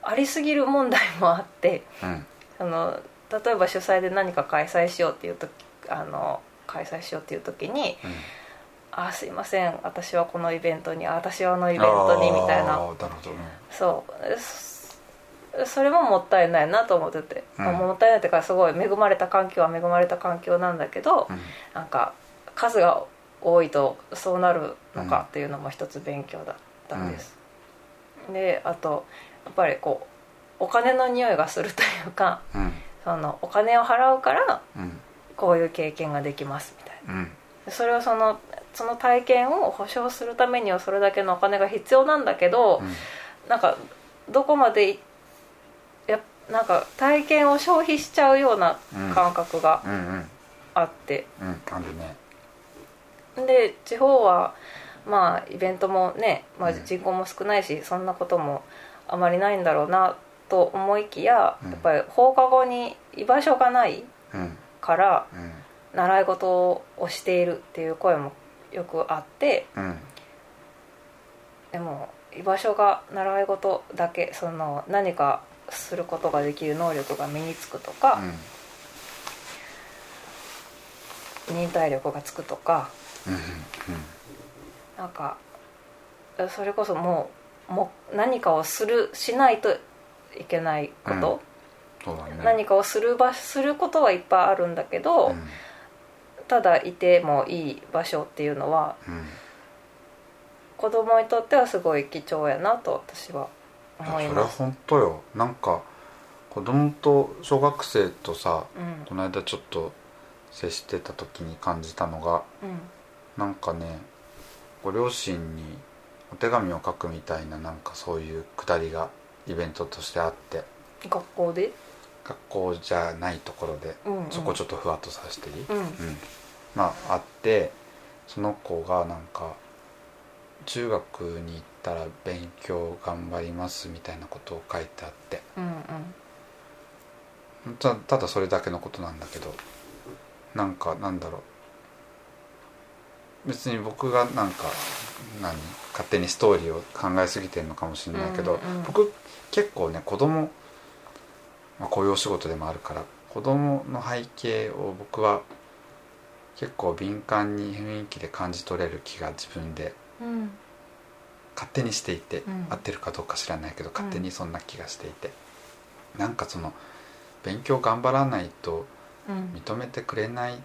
[SPEAKER 2] ありすぎる問題もあって <laughs>
[SPEAKER 1] うん
[SPEAKER 2] その例えば主催で何か開催しようっていう時あの開催しようっていう時に
[SPEAKER 1] うん
[SPEAKER 2] 「あーすいません私はこのイベントにあー私はあのイベントに」みたい
[SPEAKER 1] あ
[SPEAKER 2] な
[SPEAKER 1] ーなるほどね
[SPEAKER 2] そうそそれももったいないなと思ってて、
[SPEAKER 1] うん
[SPEAKER 2] まあもったいないっていうかすごい恵まれた環境は恵まれた環境なんだけど、
[SPEAKER 1] うん
[SPEAKER 2] なんか数が多いとそうなるのかっていうのも一つ勉強だったんです、であとやっぱりこうお金の匂いがするというか
[SPEAKER 1] うん
[SPEAKER 2] そのお金を払うから
[SPEAKER 1] うん
[SPEAKER 2] こういう経験ができますみたいな
[SPEAKER 1] うん
[SPEAKER 2] でそれをそのその体験を保証するためにはそれだけのお金が必要なんだけど、
[SPEAKER 1] うん
[SPEAKER 2] なんかどこまでいやなんか体験を消費しちゃうような感覚が
[SPEAKER 1] うんうん
[SPEAKER 2] あって、
[SPEAKER 1] うんあるね
[SPEAKER 2] で地方はまあイベントもね、まあ、
[SPEAKER 1] うん
[SPEAKER 2] 人口も少ないし、そんなこともあまりないんだろうなと思いきや、
[SPEAKER 1] うん
[SPEAKER 2] やっぱり放課後に居場所がない
[SPEAKER 1] うん
[SPEAKER 2] から
[SPEAKER 1] うん
[SPEAKER 2] 習い事をしているっていう声もよくあって
[SPEAKER 1] うん
[SPEAKER 2] でも居場所が習い事だけその何かすることができる能力が身につくとか、忍耐力がつくとか
[SPEAKER 1] うんうん
[SPEAKER 2] なんかそれこそもうもう何かをするしないといけないこと、
[SPEAKER 1] そうだね
[SPEAKER 2] 何かをする場することはいっぱいあるんだけど、
[SPEAKER 1] うん
[SPEAKER 2] ただいてもいい場所っていうのは
[SPEAKER 1] うん
[SPEAKER 2] 子供にとってはすごい貴重やなと私はい思
[SPEAKER 1] や
[SPEAKER 2] い
[SPEAKER 1] それは
[SPEAKER 2] ます。
[SPEAKER 1] 本当よなんか子供と小学生とさ
[SPEAKER 2] うん
[SPEAKER 1] この間ちょっと接してた時に感じたのが
[SPEAKER 2] うん
[SPEAKER 1] なんかねご両親にお手紙を書くみたいななんかそういうくだりがイベントとしてあって
[SPEAKER 2] 学校で、
[SPEAKER 1] 学校じゃないところで
[SPEAKER 2] うんうん、
[SPEAKER 1] そこちょっとふわっとさせていい、
[SPEAKER 2] うん
[SPEAKER 1] うん、まああってその子がなんか中学に行ったら勉強頑張りますみたいなことを書いてあって
[SPEAKER 2] うん
[SPEAKER 1] たただそれだけのことなんだけどなんかなんだろう別に僕がなんか何勝手にストーリーを考えすぎてるのかもしれないけど、
[SPEAKER 2] うんうん
[SPEAKER 1] 僕結構ね子供、まあ、こういうお仕事でもあるから子供の背景を僕は結構敏感に雰囲気で感じ取れる気が自分で
[SPEAKER 2] うんうん
[SPEAKER 1] 勝手にしていて、
[SPEAKER 2] うん
[SPEAKER 1] 合ってるかどうか知らないけど勝手にそんな気がしていて、なんかその勉強頑張らないと
[SPEAKER 2] うん
[SPEAKER 1] 認めてくれない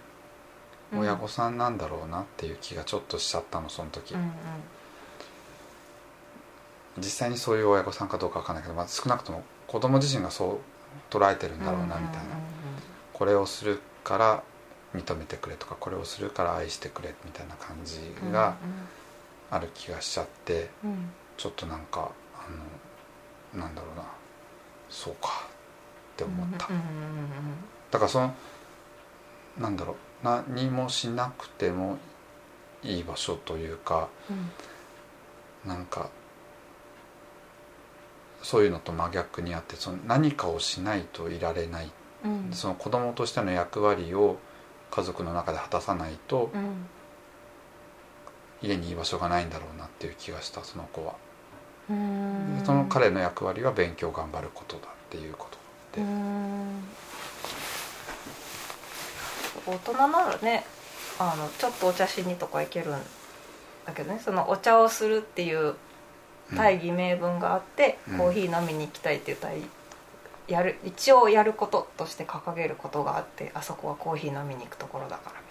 [SPEAKER 2] うん
[SPEAKER 1] 親御さんなんだろうなっていう気がちょっとしちゃったのその時、
[SPEAKER 2] うん
[SPEAKER 1] 実際にそういう親御さんかどうかわかんないけど、まあ、少なくとも子供自身がそう捉えてるんだろうなみたいな、これをするから認めてくれとかこれをするから愛してくれみたいな感じ
[SPEAKER 2] うん
[SPEAKER 1] がある気がしちゃって。
[SPEAKER 2] うんうん
[SPEAKER 1] ちょっとなんかあのなんだろうなそうかって思った、
[SPEAKER 2] うんうん
[SPEAKER 1] だからそのなんだろう何もしなくてもいい場所というか
[SPEAKER 2] うんうん
[SPEAKER 1] なんかそういうのと真逆にあってその何かをしないといられない
[SPEAKER 2] うん
[SPEAKER 1] その子供としての役割を家族の中で果たさないと
[SPEAKER 2] うん
[SPEAKER 1] 家に居場所がないんだろうなっていう気がしたその子は、
[SPEAKER 2] うーん
[SPEAKER 1] その彼の役割は勉強を頑張ることだっていうこと
[SPEAKER 2] うーん大人ならねあのちょっとお茶しにとか行けるんだけどねそのお茶をするっていう
[SPEAKER 1] うん
[SPEAKER 2] 大義名分があって、
[SPEAKER 1] うん
[SPEAKER 2] コーヒー飲みに行きたいっていう大義やる一応やることとして掲げることがあってあそこはコーヒー飲みに行くところだから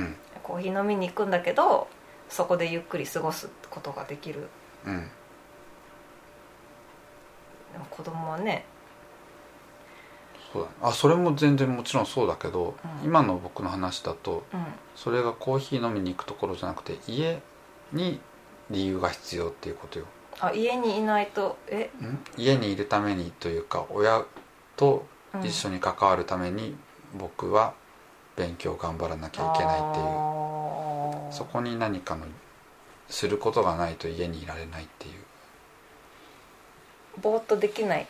[SPEAKER 2] みたいな
[SPEAKER 1] うん
[SPEAKER 2] コーヒー飲みに行くんだけどそこでゆっくり過ごすことができる
[SPEAKER 1] うん
[SPEAKER 2] でも子供はね
[SPEAKER 1] そうだねあそれも全然もちろんそうだけど、
[SPEAKER 2] うん
[SPEAKER 1] 今の僕の話だと
[SPEAKER 2] うん
[SPEAKER 1] それがコーヒー飲みに行くところじゃなくて家に理由が必要っていうことよ、
[SPEAKER 2] あ家にいないとえ
[SPEAKER 1] ん、家にいるためにというか親と
[SPEAKER 2] うん
[SPEAKER 1] 一緒に関わるために僕は勉強頑張らなきゃいけないっていう
[SPEAKER 2] あー
[SPEAKER 1] そこに何かのすることがないと家にいられないっていう
[SPEAKER 2] ぼーっとできない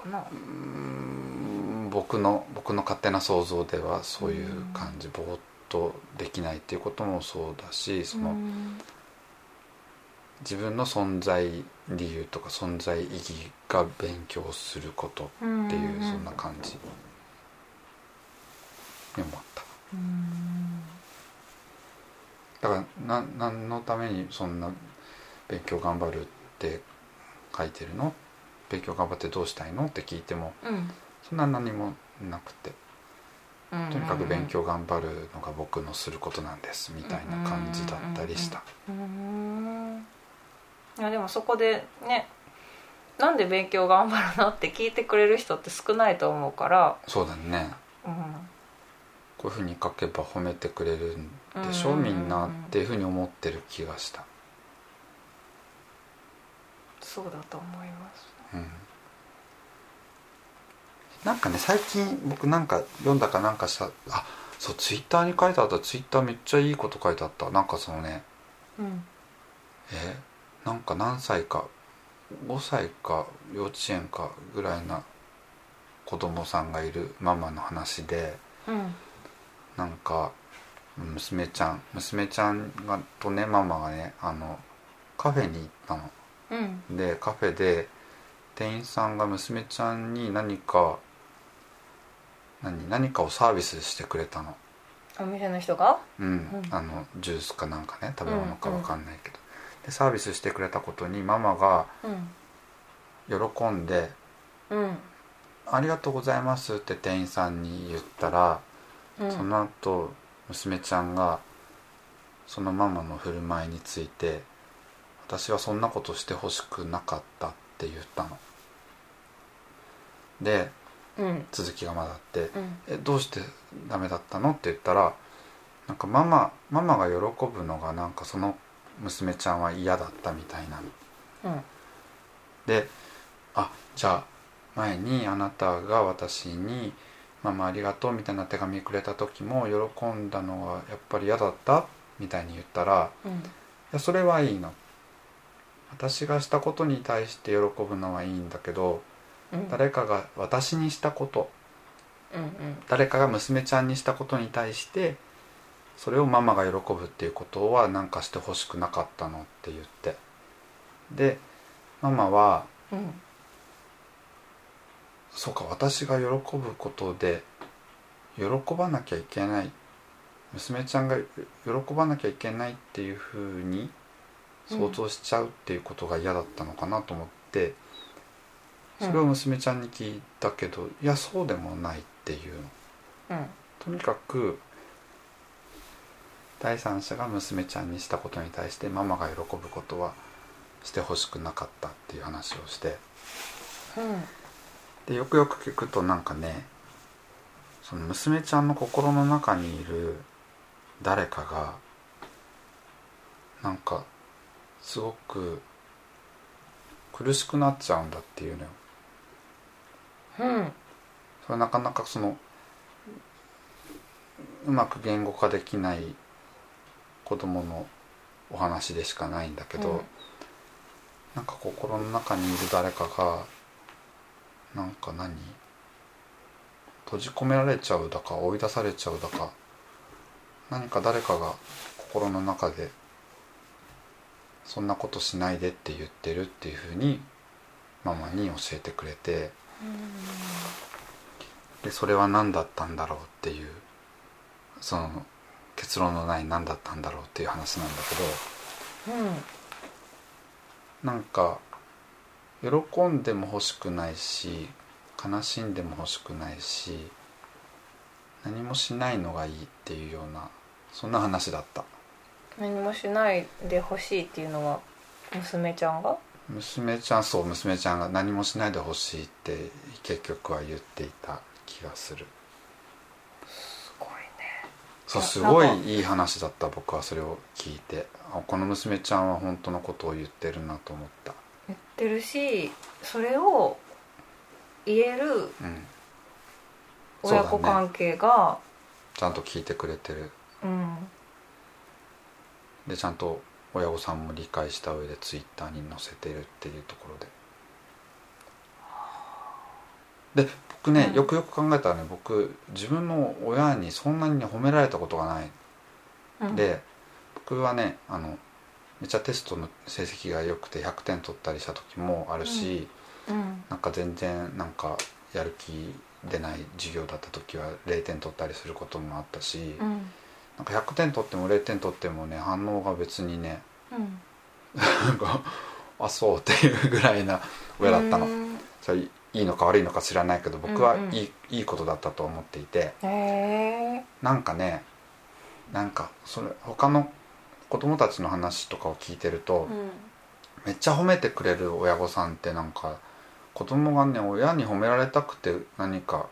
[SPEAKER 2] うんかな
[SPEAKER 1] うーん僕の僕の勝手な想像ではそういう感じ、ぼーっとできないっていうこともそうだしその、
[SPEAKER 2] うん
[SPEAKER 1] 自分の存在理由とか存在意義が勉強することっていう、
[SPEAKER 2] うん
[SPEAKER 1] そんな感じでもあった
[SPEAKER 2] うん
[SPEAKER 1] だからな何のためにそんな勉強頑張るって書いてるの勉強頑張ってどうしたいのって聞いても
[SPEAKER 2] うん
[SPEAKER 1] そんな何もなくて
[SPEAKER 2] うん
[SPEAKER 1] とにかく勉強頑張るのが僕のすることなんですみたいな感じだったりした
[SPEAKER 2] うんいやでもそこでねなんで勉強頑張るのって聞いてくれる人って少ないと思うから、
[SPEAKER 1] そうだね
[SPEAKER 2] う
[SPEAKER 1] こういうふうに書けば褒めてくれるんでしょ
[SPEAKER 2] うんうんうん
[SPEAKER 1] みんなっていうふうに思ってる気がした
[SPEAKER 2] そうだと思います
[SPEAKER 1] うんなんかね最近僕なんか読んだかなんかしたあそうツイッターに書いてあったツイッターめっちゃいいこと書いてあったなんかそのね
[SPEAKER 2] うん
[SPEAKER 1] えなんか何歳か5歳か幼稚園かぐらいな子供さんがいるママの話で
[SPEAKER 2] うん
[SPEAKER 1] なんか娘ちゃん娘ちゃんがとねママがねあのカフェに行ったの
[SPEAKER 2] うん
[SPEAKER 1] でカフェで店員さんが娘ちゃんに何か何何かをサービスしてくれたの,、
[SPEAKER 2] お店の人が
[SPEAKER 1] うん
[SPEAKER 2] ん
[SPEAKER 1] あのジュースかなんかね食べ物かわかんないけど、でサービスしてくれたことにママが
[SPEAKER 2] うん
[SPEAKER 1] 喜んで
[SPEAKER 2] うん
[SPEAKER 1] 「ありがとうございます」って店員さんに言ったら、
[SPEAKER 2] うん
[SPEAKER 1] その後娘ちゃんがそのママの振る舞いについて「私はそんなことしてほしくなかった」って言ったの。で
[SPEAKER 2] うん
[SPEAKER 1] 続きがまだあって
[SPEAKER 2] うん
[SPEAKER 1] 「えどうしてダメだったの?」って言ったらなんかママママが喜ぶのがなんかその娘ちゃんは嫌だったみたいなの
[SPEAKER 2] うん
[SPEAKER 1] であじゃあ前にあなたが私に「ママありがとう」みたいな手紙くれた時も喜んだのはやっぱり嫌だったみたいに言ったら「
[SPEAKER 2] うん
[SPEAKER 1] いやそれはいいの」私がしたことに対して喜ぶのはいいんだけど
[SPEAKER 2] うん
[SPEAKER 1] 誰かが私にしたこと
[SPEAKER 2] うん
[SPEAKER 1] 誰かが娘ちゃんにしたことに対してそれをママが喜ぶっていうことはなんかしてほしくなかったのって言ってでママは
[SPEAKER 2] うんうん
[SPEAKER 1] そうか私が喜ぶことで喜ばなきゃいけない娘ちゃんが喜ばなきゃいけないっていうふうに想像しちゃうっていうことが嫌だったのかなと思って、
[SPEAKER 2] うん
[SPEAKER 1] それを娘ちゃんに聞いたけどいやそうでもないっていうの
[SPEAKER 2] うん
[SPEAKER 1] とにかく第三者が娘ちゃんにしたことに対してママが喜ぶことはしてほしくなかったっていう話をして。
[SPEAKER 2] うん
[SPEAKER 1] でよくよく聞くとなんかねその娘ちゃんの心の中にいる誰かがなんかすごく苦しくなっちゃうんだっていうのよ
[SPEAKER 2] うん
[SPEAKER 1] それなかなかそのうまく言語化できない子供のお話でしかないんだけど、
[SPEAKER 2] うん
[SPEAKER 1] なんか心の中にいる誰かがなんか何閉じ込められちゃうだか追い出されちゃうだか何か誰かが心の中でそんなことしないでって言ってるっていうふうにママに教えてくれて。でそれは何だったんだろうっていうその結論のない何だったんだろうっていう話なんだけど
[SPEAKER 2] うん
[SPEAKER 1] なんか喜んでも欲しくないし悲しんでも欲しくないし何もしないのがいいっていうようなそんな話だった
[SPEAKER 2] 何もしないでほしいっていうのは娘ちゃんが
[SPEAKER 1] 娘ちゃんそう娘ちゃんが何もしないでほしいって結局は言っていた気がする
[SPEAKER 2] すごいね
[SPEAKER 1] そう
[SPEAKER 2] あ
[SPEAKER 1] すご
[SPEAKER 2] なんか
[SPEAKER 1] いいい話だった僕はそれを聞いてあこの娘ちゃんは本当のことを言ってるなと思った
[SPEAKER 2] 言ってるしそれを言える
[SPEAKER 1] うん
[SPEAKER 2] 親子
[SPEAKER 1] そうだね
[SPEAKER 2] 関係が
[SPEAKER 1] ちゃんと聞いてくれてる
[SPEAKER 2] う,、
[SPEAKER 1] でちゃんと親御さんも理解した上でツイッターに載せてるっていうところでで僕ね、
[SPEAKER 6] うん
[SPEAKER 1] よくよく考えたらね僕自分の親にそんなにね褒められたことがない
[SPEAKER 6] うん
[SPEAKER 1] で僕はねあのめっちゃテストの成績が良くて100点取ったりした時もあるし、
[SPEAKER 6] うん
[SPEAKER 1] なんか全然なんかやる気出ない授業だった時は0点取ったりすることもあったし、
[SPEAKER 6] うん
[SPEAKER 1] なんか100点取っても0点取ってもね反応が別にね
[SPEAKER 6] うん
[SPEAKER 1] なんかあそうっていうぐらいな親だったの、
[SPEAKER 6] うん
[SPEAKER 1] それいいのか悪いのか知らないけど僕はいい,、いいことだったと思っていて
[SPEAKER 6] へえ
[SPEAKER 1] なんかねなんかそれ他の子供たちの話とかを聞いてると、めっちゃ褒めてくれる親御さんってなんか子供がね親に褒められたくて何か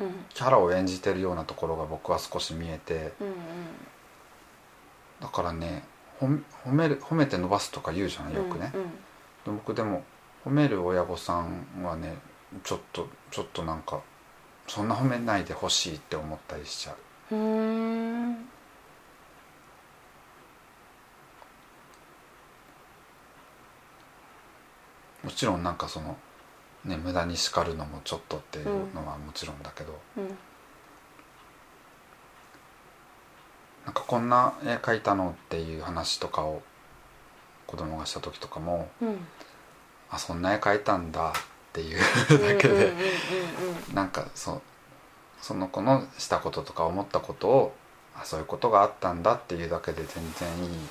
[SPEAKER 2] うん
[SPEAKER 1] キャラを演じてるようなところが僕は少し見えて
[SPEAKER 2] うん
[SPEAKER 1] だからねほん褒める褒めて伸ばすとか言うじゃん
[SPEAKER 2] うん
[SPEAKER 1] よくね
[SPEAKER 2] う、ん
[SPEAKER 1] で僕でも褒める親御さんはねちょっとちょっとなんかそんな褒めないでほしいって思ったりしちゃう
[SPEAKER 2] うんうん
[SPEAKER 1] もちろんなんかそのね無駄に叱るのもちょっとっていうのはもちろんだけど、
[SPEAKER 2] うん
[SPEAKER 1] なんかこんな絵描いたのっていう話とかを子供がした時とかも
[SPEAKER 2] うん
[SPEAKER 1] 「あそんな絵描いたんだ」っていう
[SPEAKER 2] うん
[SPEAKER 1] だけで、
[SPEAKER 2] うんうんうん
[SPEAKER 1] なんかそうその子のしたこととか思ったことをあそういうことがあったんだっていうだけで全然いい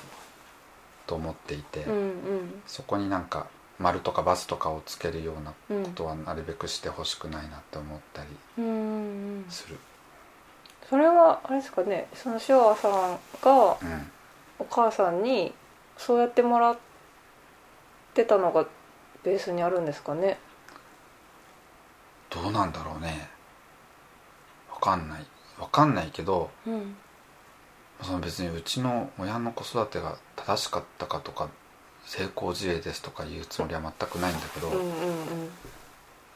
[SPEAKER 1] と思っていて、
[SPEAKER 2] うん
[SPEAKER 1] そこになんか丸とかバスとかをつけるような
[SPEAKER 2] うんうん
[SPEAKER 1] ことはなるべくしてほしくないなって思ったり
[SPEAKER 2] うんうん
[SPEAKER 1] する。
[SPEAKER 2] それはあれですかねそのシュワさんが
[SPEAKER 1] うん
[SPEAKER 2] お母さんにそうやってもらってたのがベースにあるんですかね
[SPEAKER 1] どうなんだろうねわかんないわかんないけど
[SPEAKER 2] うん
[SPEAKER 1] その別にうちの親の子育てが正しかったかとか成功事例ですとか言うつもりは全くないんだけど、
[SPEAKER 2] うんうんうん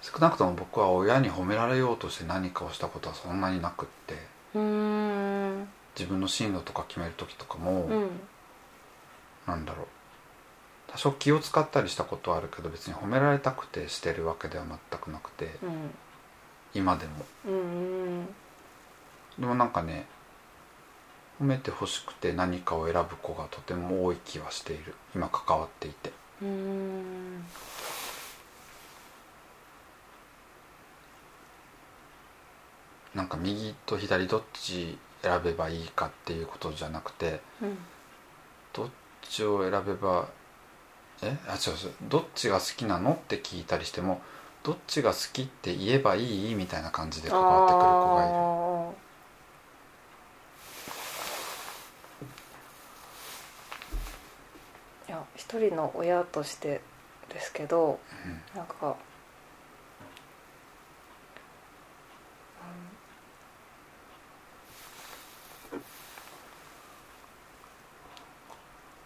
[SPEAKER 1] 少なくとも僕は親に褒められようとして何かをしたことはそんなになくって
[SPEAKER 2] うーん
[SPEAKER 1] 自分の進路とか決める時とかも、
[SPEAKER 2] うん
[SPEAKER 1] なんだろう多少気を使ったりしたことはあるけど別に褒められたくてしてるわけでは全くなくて
[SPEAKER 2] うん
[SPEAKER 1] 今でも
[SPEAKER 2] うんうん
[SPEAKER 1] でもなんかね褒めてほしくて何かを選ぶ子がとても多い気はしている今関わっていて
[SPEAKER 2] うーん
[SPEAKER 1] なんか右と左どっち選べばいいかっていうことじゃなくて
[SPEAKER 2] うん
[SPEAKER 1] どっちを選べばえあ違う違うどっちが好きなのって聞いたりしてもどっちが好きって言えばいいみたいな感じで関わってくる子がいる
[SPEAKER 2] あーいや一人の親としてですけど、なんか、うん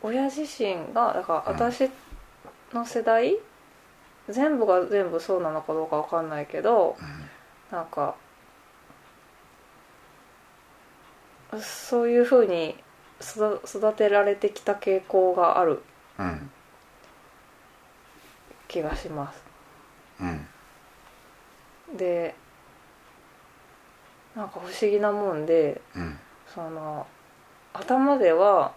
[SPEAKER 2] 親自身がだから
[SPEAKER 1] うん
[SPEAKER 2] 私の世代、全部が全部そうなのかどうかわかんないけど、なんかそういうふうに育育てられてきた傾向がある
[SPEAKER 1] うん
[SPEAKER 2] 気がします
[SPEAKER 1] うん
[SPEAKER 2] でなんか不思議なもんで
[SPEAKER 1] うん
[SPEAKER 2] その頭では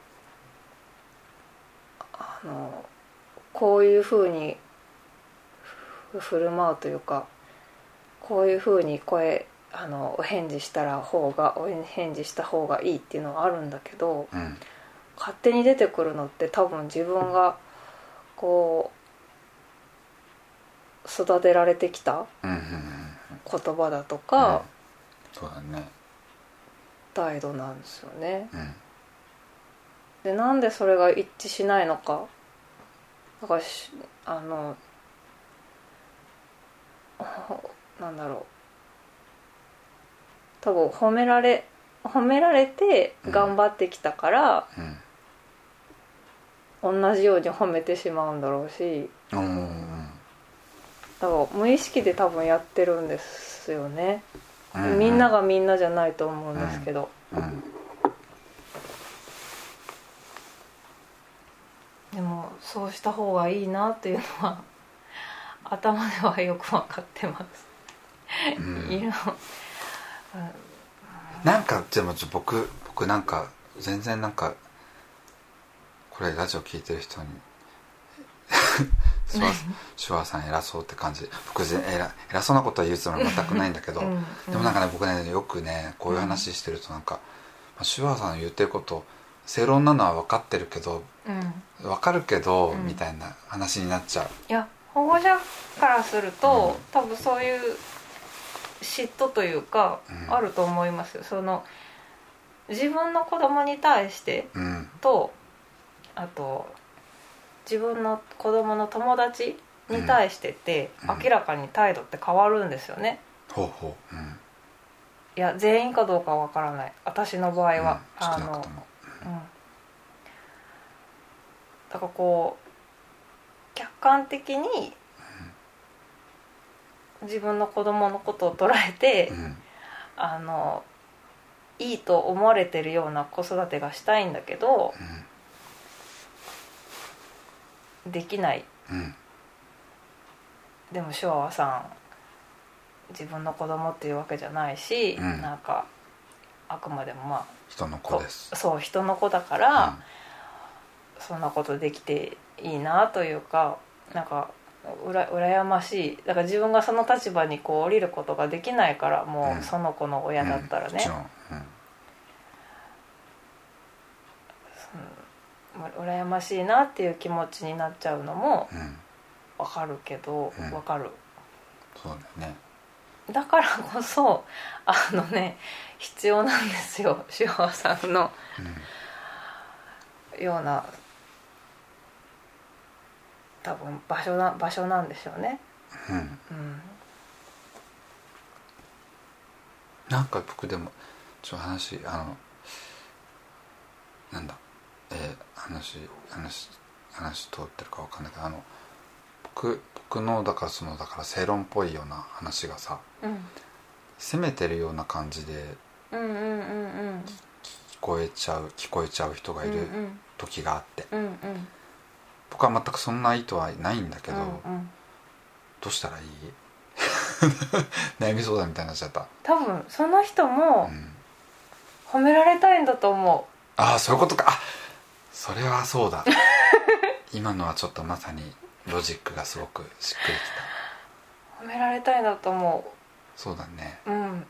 [SPEAKER 2] あのこういうふうにふ振る舞うというかこういうふうに声あのお返事したら方がお返事した方がいいっていうのはあるんだけど
[SPEAKER 1] うん
[SPEAKER 2] 勝手に出てくるのって多分自分がこう育てられてきた
[SPEAKER 1] うんうんうん
[SPEAKER 2] 言葉だと
[SPEAKER 1] うん
[SPEAKER 2] か
[SPEAKER 1] そうだね
[SPEAKER 2] 態度なんですよね。
[SPEAKER 1] うん
[SPEAKER 2] でなんでそれが一致しないのかだからしあの <laughs> なんだろう多分褒められ褒められて頑張ってきたから、
[SPEAKER 1] うん
[SPEAKER 2] 同じように褒めてしまうんだろうし
[SPEAKER 1] うんうん
[SPEAKER 2] だから無意識で多分やってるんですよね、
[SPEAKER 1] うん
[SPEAKER 2] みんながみんなじゃないと思うんですけど、
[SPEAKER 1] うん
[SPEAKER 6] でもそうした方がいいなっていうのは頭ではよく分かってます
[SPEAKER 1] うん
[SPEAKER 2] いるの
[SPEAKER 1] なんかでもちょ僕僕なんか全然なんかこれラジオ聞いてる人に <laughs> シュワシュワさん偉そうって感じ僕ぜ偉偉そうなことは言うつもりは全くないんだけど、
[SPEAKER 2] うんうん
[SPEAKER 1] でもなんかね僕ねよくねこういう話してるとなんか、まあ、シュワさんの言ってること正論なのは分かってるけど
[SPEAKER 2] うんい
[SPEAKER 1] 分かるけど、
[SPEAKER 2] うん
[SPEAKER 1] みたいな話になっちゃう
[SPEAKER 2] や保護者からすると、
[SPEAKER 1] うん
[SPEAKER 2] 多分そういう嫉妬というか、
[SPEAKER 1] うん
[SPEAKER 2] あると思いますよその自分の子供に対して
[SPEAKER 1] うん
[SPEAKER 2] とあと自分の子供の友達に対してって、
[SPEAKER 1] うん
[SPEAKER 2] 明らかに態度って変わるんですよね
[SPEAKER 1] ほうほううん
[SPEAKER 2] いや全員かどうかはわからない私の場合は、
[SPEAKER 1] うん
[SPEAKER 2] あ
[SPEAKER 1] 少な
[SPEAKER 2] の
[SPEAKER 1] くとも
[SPEAKER 2] うんだからこう客観的に自分の子供のことを捉えて、
[SPEAKER 1] うん
[SPEAKER 2] あのいいと思われてるような子育てがしたいんだけどできない
[SPEAKER 1] うんうん
[SPEAKER 2] でも手話はさん自分の子供っていうわけじゃないし、
[SPEAKER 1] うん
[SPEAKER 2] なんかあくまでもまあ
[SPEAKER 1] 人の子
[SPEAKER 2] こ
[SPEAKER 1] です
[SPEAKER 2] そう人の子だか
[SPEAKER 1] うん
[SPEAKER 2] ら、そんなことできていいなというかなんかうら羨ましいだから自分がその立場にこう降りることができないから
[SPEAKER 1] う
[SPEAKER 2] も
[SPEAKER 1] ん
[SPEAKER 2] うその子の親だったら
[SPEAKER 1] うんもち
[SPEAKER 2] ね
[SPEAKER 1] ろ、んうん
[SPEAKER 2] うら羨ましいなっていう気持ちになっちゃうのも
[SPEAKER 1] うん
[SPEAKER 2] わかるけど
[SPEAKER 1] うん
[SPEAKER 2] わかる、
[SPEAKER 1] そうだよね
[SPEAKER 2] だからこそあのね必要なんですよ <laughs> 塩川さんのような多分場所な場所なんでしょうね。
[SPEAKER 1] うん、うん、
[SPEAKER 2] うん
[SPEAKER 1] なんか僕でもちょっと話あのなんだえー話話話通ってるかわかんないけどあの僕僕のだからそのだから正論っぽいような話がさ
[SPEAKER 2] うん
[SPEAKER 1] 責めてるような感じで
[SPEAKER 2] うんうんうんうん
[SPEAKER 1] 聞こえちゃう聞こえちゃう人がいる
[SPEAKER 2] うん
[SPEAKER 1] 時があって、
[SPEAKER 2] うんうんうん
[SPEAKER 1] 僕は全くそんな意図はないんだけど、
[SPEAKER 2] うんうん
[SPEAKER 1] どうしたらいい <laughs> 悩み相談みたいになっちゃった、
[SPEAKER 2] 多分その人
[SPEAKER 1] う
[SPEAKER 2] も
[SPEAKER 1] ん
[SPEAKER 2] 褒められたいんだと思
[SPEAKER 1] ああそういうことかあそれはそうだ <laughs> 今のはちょっとまさにロジックがすごくしっくりきた
[SPEAKER 2] う褒められたいんだと思
[SPEAKER 1] そうだね
[SPEAKER 2] ううん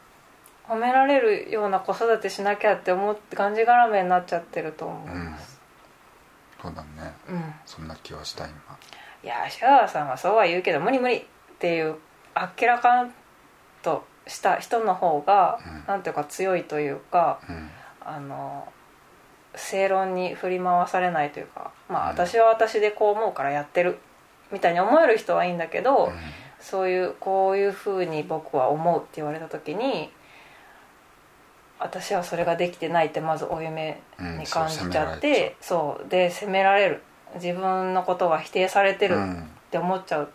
[SPEAKER 2] 褒められるような子育てしなきゃって思ってがんじがらめになっちゃってると思います
[SPEAKER 1] そうだね
[SPEAKER 2] うん、
[SPEAKER 1] そんな気はした今
[SPEAKER 2] いやシャワーさんはそうは言うけど無理無理っていうあっけらかんとした人の方が、
[SPEAKER 1] うん
[SPEAKER 2] なんていうか強いというか
[SPEAKER 1] うん
[SPEAKER 2] あの正論に振り回されないというかまあ
[SPEAKER 1] うん
[SPEAKER 2] 私は私でこう思うからやってるみたいに思える人はいいんだけど、そういうこういうふうに僕は思うって言われた時に私はそれができてないってまず負い目
[SPEAKER 1] うん
[SPEAKER 2] に感じちゃ
[SPEAKER 1] そう責めら
[SPEAKER 2] っ
[SPEAKER 1] れ
[SPEAKER 2] て、そうで責められる自分のことが否定されて
[SPEAKER 1] う
[SPEAKER 2] る
[SPEAKER 1] ん、
[SPEAKER 2] って思っちゃう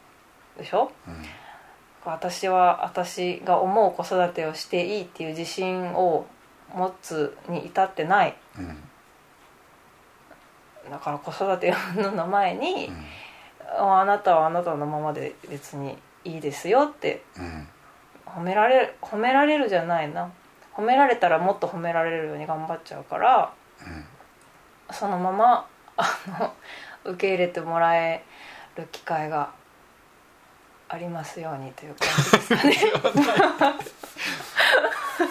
[SPEAKER 2] でしょ、
[SPEAKER 1] うん
[SPEAKER 2] 私は私が思う子育てをしていいっていう自信を持つに至ってない
[SPEAKER 1] うん
[SPEAKER 2] だから子育て云々の前に
[SPEAKER 1] うん、
[SPEAKER 2] あなたはあなたのままで別にいいですよって
[SPEAKER 1] うん
[SPEAKER 2] 褒められる褒められるじゃないな褒められたらもっと褒められるように頑張っちゃうからそのままあの <laughs> 受け入れてもらえる機会がありますように
[SPEAKER 1] <laughs>
[SPEAKER 2] という感じですかね。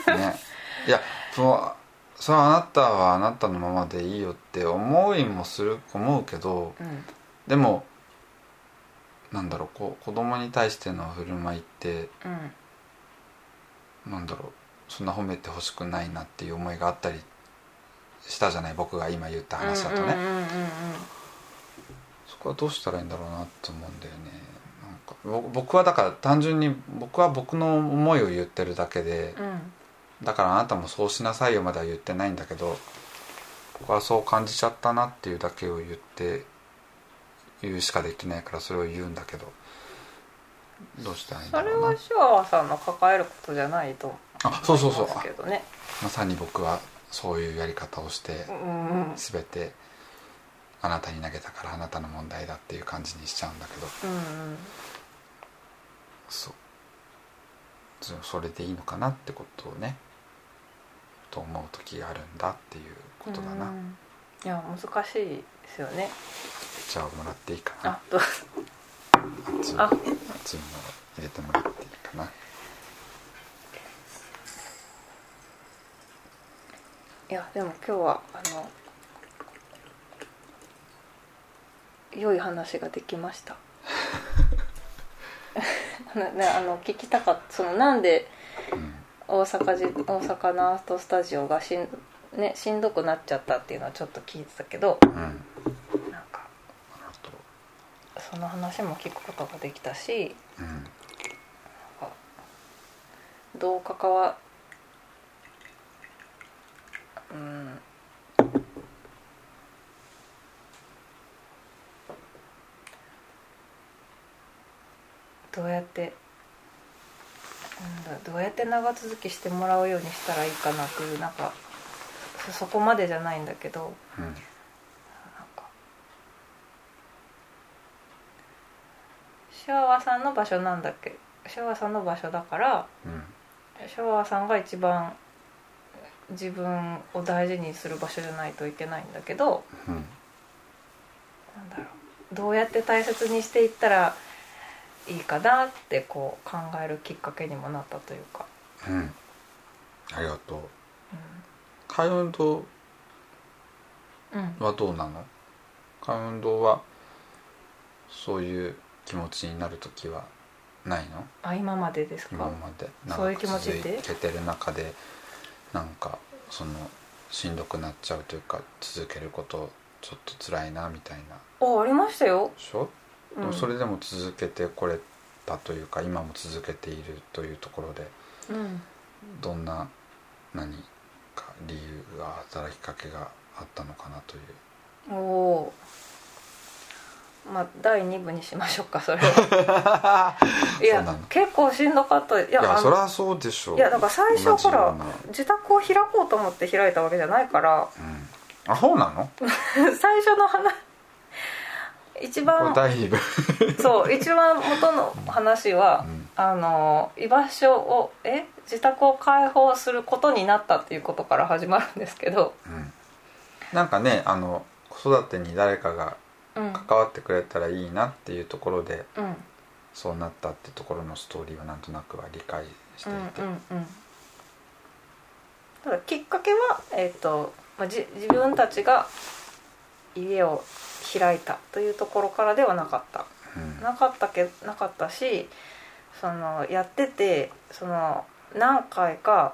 [SPEAKER 1] うんねいやそのそれはあなたはあなたのままでいいよって思いもする思うけど
[SPEAKER 2] うん
[SPEAKER 1] でもなんだろうこう子供に対しての振る舞いって
[SPEAKER 2] うん
[SPEAKER 1] なんだろうそんな褒めてほしくないなっていう思いがあったりしたじゃない僕が今言った話だとね、
[SPEAKER 2] うんうんうんうん
[SPEAKER 1] そこはどうしたらいいんだろうなって思うんだよねなんかぼ僕はだから単純に僕は僕の思いを言ってるだけで
[SPEAKER 2] うんうん
[SPEAKER 1] だからあなたもそうしなさいよまでは言ってないんだけど僕はそう感じちゃったなっていうだけを言って言うしかできないからそれを言うんだけどどうしたらいいん
[SPEAKER 2] そ
[SPEAKER 1] だ
[SPEAKER 2] れ
[SPEAKER 1] ろう
[SPEAKER 2] は
[SPEAKER 1] な
[SPEAKER 2] シュワワさんの抱えることじゃないと思
[SPEAKER 1] あそうそう
[SPEAKER 2] い
[SPEAKER 1] そう
[SPEAKER 2] ます
[SPEAKER 1] あ
[SPEAKER 2] けどね
[SPEAKER 1] まさに僕はそういうやり方をして
[SPEAKER 2] うんうん
[SPEAKER 1] 全てあなたに投げたからあなたの問題だっていう感じにしちゃうんだけど
[SPEAKER 2] うんうん
[SPEAKER 1] そうそそれでいいのかなってことをねと思う時があるんだっていうことだな、
[SPEAKER 2] うんいや難しいですよね
[SPEAKER 1] じゃあもらっていいかな
[SPEAKER 2] あどう
[SPEAKER 1] あっちのあ
[SPEAKER 2] あ
[SPEAKER 1] っちの入れてもらっていいかな、
[SPEAKER 5] いやでも今日はあの良い話ができました <laughs> ななあの聞きたかったそのなんで
[SPEAKER 1] うん、
[SPEAKER 5] 大阪じ大阪のアートスタジオがしん,、ね、しんどくなっちゃったっていうのはちょっと聞いてたけど
[SPEAKER 1] うん、
[SPEAKER 5] なんか
[SPEAKER 1] あと
[SPEAKER 5] その話も聞くことができたし
[SPEAKER 1] うん
[SPEAKER 5] どう関わうん
[SPEAKER 2] どうやってなんだどうやって長続きしてもらうようにしたらいいかなっていうなんかそそこまでじゃないんだけど
[SPEAKER 1] うん
[SPEAKER 2] なんかシュワワさんの場所なんだっけシュワワさんの場所だから
[SPEAKER 1] うん
[SPEAKER 2] シュワワさんが一番自分を大事にする場所じゃないといけないんだけど
[SPEAKER 1] うん
[SPEAKER 2] なんだろうどうやって大切にしていったらいいかなってこう考えるきっかけにもなったというか。
[SPEAKER 1] うんありがとう
[SPEAKER 2] う
[SPEAKER 1] 海運動
[SPEAKER 2] んうん
[SPEAKER 1] はどうなの海運動はそういう気持ちになる時はないの
[SPEAKER 2] あ今までです
[SPEAKER 1] 今
[SPEAKER 2] か、
[SPEAKER 1] まで
[SPEAKER 2] そういう気持ち
[SPEAKER 1] 長
[SPEAKER 2] で
[SPEAKER 1] く続けてる中でなんかそのしんどくなっちゃうというか続けることちょっと辛いなみたいなで
[SPEAKER 2] あありましたよ、
[SPEAKER 1] しょ、
[SPEAKER 2] う
[SPEAKER 1] で
[SPEAKER 2] ん、
[SPEAKER 1] もそれでも続けてこれたというか今も続けているというところで
[SPEAKER 2] うん
[SPEAKER 1] どんな何か理由が働きかけがあったのかなという
[SPEAKER 2] おおーまあ第2部にしましょうかそれは
[SPEAKER 1] <laughs>
[SPEAKER 2] い
[SPEAKER 1] そうな
[SPEAKER 2] や
[SPEAKER 1] の
[SPEAKER 2] 結構しんどかったいや
[SPEAKER 1] いや
[SPEAKER 2] あの
[SPEAKER 1] そりゃそうでしょう
[SPEAKER 2] いやだから最初
[SPEAKER 1] 同じような
[SPEAKER 2] ほ自宅を開こうと思って開いたわけじゃないから <laughs>
[SPEAKER 1] うん、アホなの
[SPEAKER 2] 最初の話一
[SPEAKER 1] こ
[SPEAKER 2] 番
[SPEAKER 1] れ第二部
[SPEAKER 2] そう一番元の話は、
[SPEAKER 1] うん
[SPEAKER 2] あの居場所をえ自宅を開放することになったっていうことから始まるんですけど、
[SPEAKER 1] うんなんかねあの子育てに誰かが
[SPEAKER 2] うん、
[SPEAKER 1] 関わってくれたらいいなっていうところで
[SPEAKER 2] うん
[SPEAKER 1] そうなったってところのストーリーはなんとなくは理解して
[SPEAKER 2] う
[SPEAKER 1] い
[SPEAKER 2] んうん
[SPEAKER 1] て
[SPEAKER 2] うんただきっかけは、えーとまあ、じ自分たちが家を開いたというところからではなかった
[SPEAKER 1] うん
[SPEAKER 2] なかったけなかったしそのやっててその何回か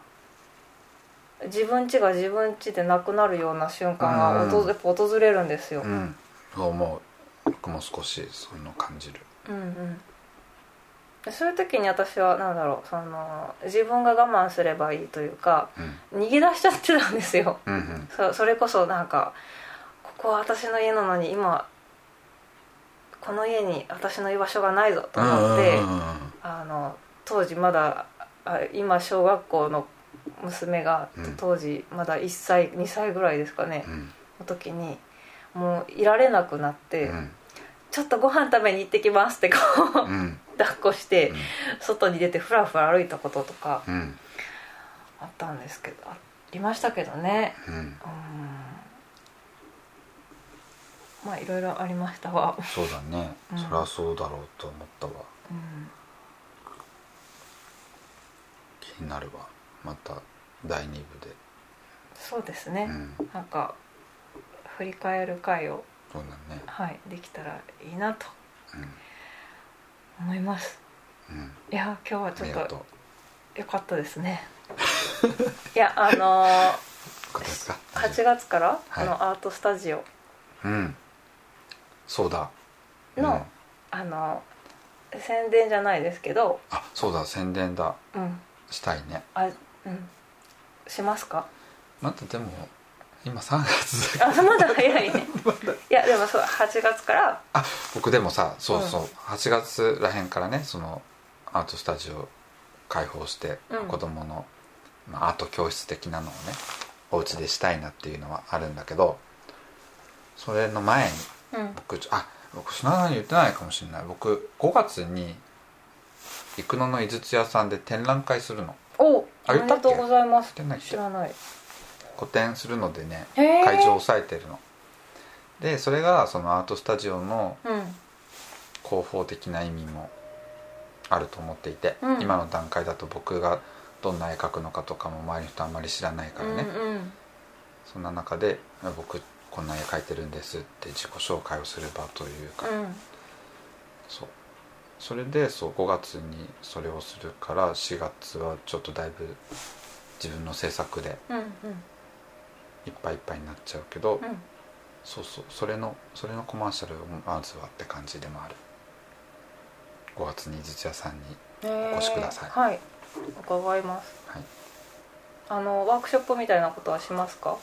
[SPEAKER 2] 自分家が自分家でなくなるような瞬間が訪
[SPEAKER 1] うん
[SPEAKER 2] やっぱ訪れるんですよ、
[SPEAKER 1] うんそう思う僕も少しそういうのを感じる
[SPEAKER 2] うんうんでそういう時に私は何だろうその自分が我慢すればいいというか
[SPEAKER 1] うん
[SPEAKER 2] 逃げ出しちゃってたんですよ <laughs>
[SPEAKER 1] うんうん
[SPEAKER 2] そそれこそなんかここは私の家なのに今この家に私の居場所がないぞと思って
[SPEAKER 1] うんうんうん
[SPEAKER 2] あの当時まだあ今小学校の娘が
[SPEAKER 1] うん
[SPEAKER 2] 当時まだ1歳2歳ぐらいですかね
[SPEAKER 1] うん
[SPEAKER 2] の時にもういられなくなって、
[SPEAKER 1] うん
[SPEAKER 2] ちょっとご飯食べに行ってきますってこう
[SPEAKER 1] うん
[SPEAKER 2] 抱っこして外に出てふらふら歩いたこととか
[SPEAKER 1] うん
[SPEAKER 2] あったんですけどありましたけどね
[SPEAKER 1] うん
[SPEAKER 2] うんまあいろいろありましたわ、
[SPEAKER 1] そうだね
[SPEAKER 2] うん
[SPEAKER 1] そりゃそうだろうと思ったわ
[SPEAKER 2] うん、
[SPEAKER 1] 気になるわまた第二部で
[SPEAKER 2] そうです
[SPEAKER 1] う
[SPEAKER 2] ね、
[SPEAKER 1] ん
[SPEAKER 2] なんか振り返る回を
[SPEAKER 1] そうだね
[SPEAKER 2] はいできたらいいなと
[SPEAKER 1] う
[SPEAKER 2] 思います
[SPEAKER 1] んうん
[SPEAKER 2] いや今日は
[SPEAKER 1] あ
[SPEAKER 2] ちょ
[SPEAKER 1] り
[SPEAKER 2] っ
[SPEAKER 1] が
[SPEAKER 2] と
[SPEAKER 1] とう
[SPEAKER 2] 良かったですね <laughs> いやあのー
[SPEAKER 1] よかったですか
[SPEAKER 2] 8月から
[SPEAKER 1] はい
[SPEAKER 2] このアートスタジオ
[SPEAKER 1] うんそうだ
[SPEAKER 2] の
[SPEAKER 1] うん
[SPEAKER 2] あのー宣伝じゃないですけど
[SPEAKER 1] あそうだ宣伝だ
[SPEAKER 2] うん
[SPEAKER 1] したいね
[SPEAKER 2] あうんしますか
[SPEAKER 1] まだでも今3月だ
[SPEAKER 2] あ <laughs> まだ早いねいやでもそう8月から
[SPEAKER 1] あ <laughs> 僕でもさそうそう、
[SPEAKER 2] うん
[SPEAKER 1] 8月らへんからねそのアートスタジオ開放して、
[SPEAKER 2] うん
[SPEAKER 1] 子供の、まあ、アート教室的なのをねお家でしたいなっていうのはあるんだけどそれの前に
[SPEAKER 2] うん
[SPEAKER 1] 僕ちょあ僕砂田さんに言ってないかもしれない僕5月に生野の井筒屋さんで展覧会するの
[SPEAKER 2] お
[SPEAKER 1] あ
[SPEAKER 2] あ
[SPEAKER 1] 言
[SPEAKER 2] り
[SPEAKER 1] ったっけ
[SPEAKER 2] がとうございます
[SPEAKER 1] 展覧
[SPEAKER 2] 知
[SPEAKER 1] 会
[SPEAKER 2] らない
[SPEAKER 1] 個展するのでね
[SPEAKER 2] へえ
[SPEAKER 1] 会場を押さえてるのでそれがそのアートスタジオの
[SPEAKER 2] うん
[SPEAKER 1] 広報的な意味もあると思っていて、
[SPEAKER 2] うん
[SPEAKER 1] 今の段階だと僕がどんな絵描くのかとかも周りの人あんまり知らないからね、
[SPEAKER 2] うんうん
[SPEAKER 1] そんな中で「僕こんな絵描いてるんです」って自己紹介をする場というか、
[SPEAKER 2] うん
[SPEAKER 1] そうそれでそう5月にそれをするから4月はちょっとだいぶ自分の制作で
[SPEAKER 2] うん
[SPEAKER 1] いっぱいいっぱいになっちゃうけど、
[SPEAKER 2] うんうん
[SPEAKER 1] そうそうそれのそれのコマーシャルをまずはって感じでもある5月に実屋さんに
[SPEAKER 2] お
[SPEAKER 1] お越しください
[SPEAKER 2] はい伺います
[SPEAKER 1] はい
[SPEAKER 2] あのワークショップみたいなことはしますか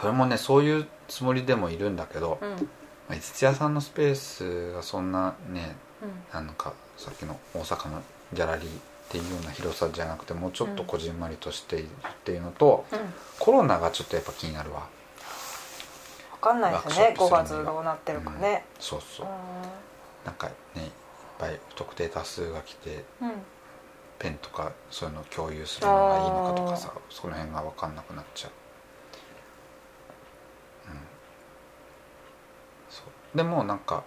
[SPEAKER 1] それもねそういうつもりでもいるんだけど
[SPEAKER 2] うんうん
[SPEAKER 1] まあ土屋さんのスペースがそんなねなんかさっきの大阪のギャラリーっていうような広さじゃなくてもうちょっとこじんまりとしているっていうのと、
[SPEAKER 2] うん
[SPEAKER 1] コロナがちょっとやっぱ気になるわ
[SPEAKER 2] 分かんないですね
[SPEAKER 1] ワー
[SPEAKER 2] 5
[SPEAKER 1] クショップする
[SPEAKER 2] 月
[SPEAKER 1] には
[SPEAKER 2] どうなってるかね
[SPEAKER 1] そうそううなんかねいっぱい不特定多数が来て
[SPEAKER 2] んうん
[SPEAKER 1] ペンとかそういうのを共有するのがいいのかとかさその辺が分かんなくなっちゃう、うん、そうでもなんか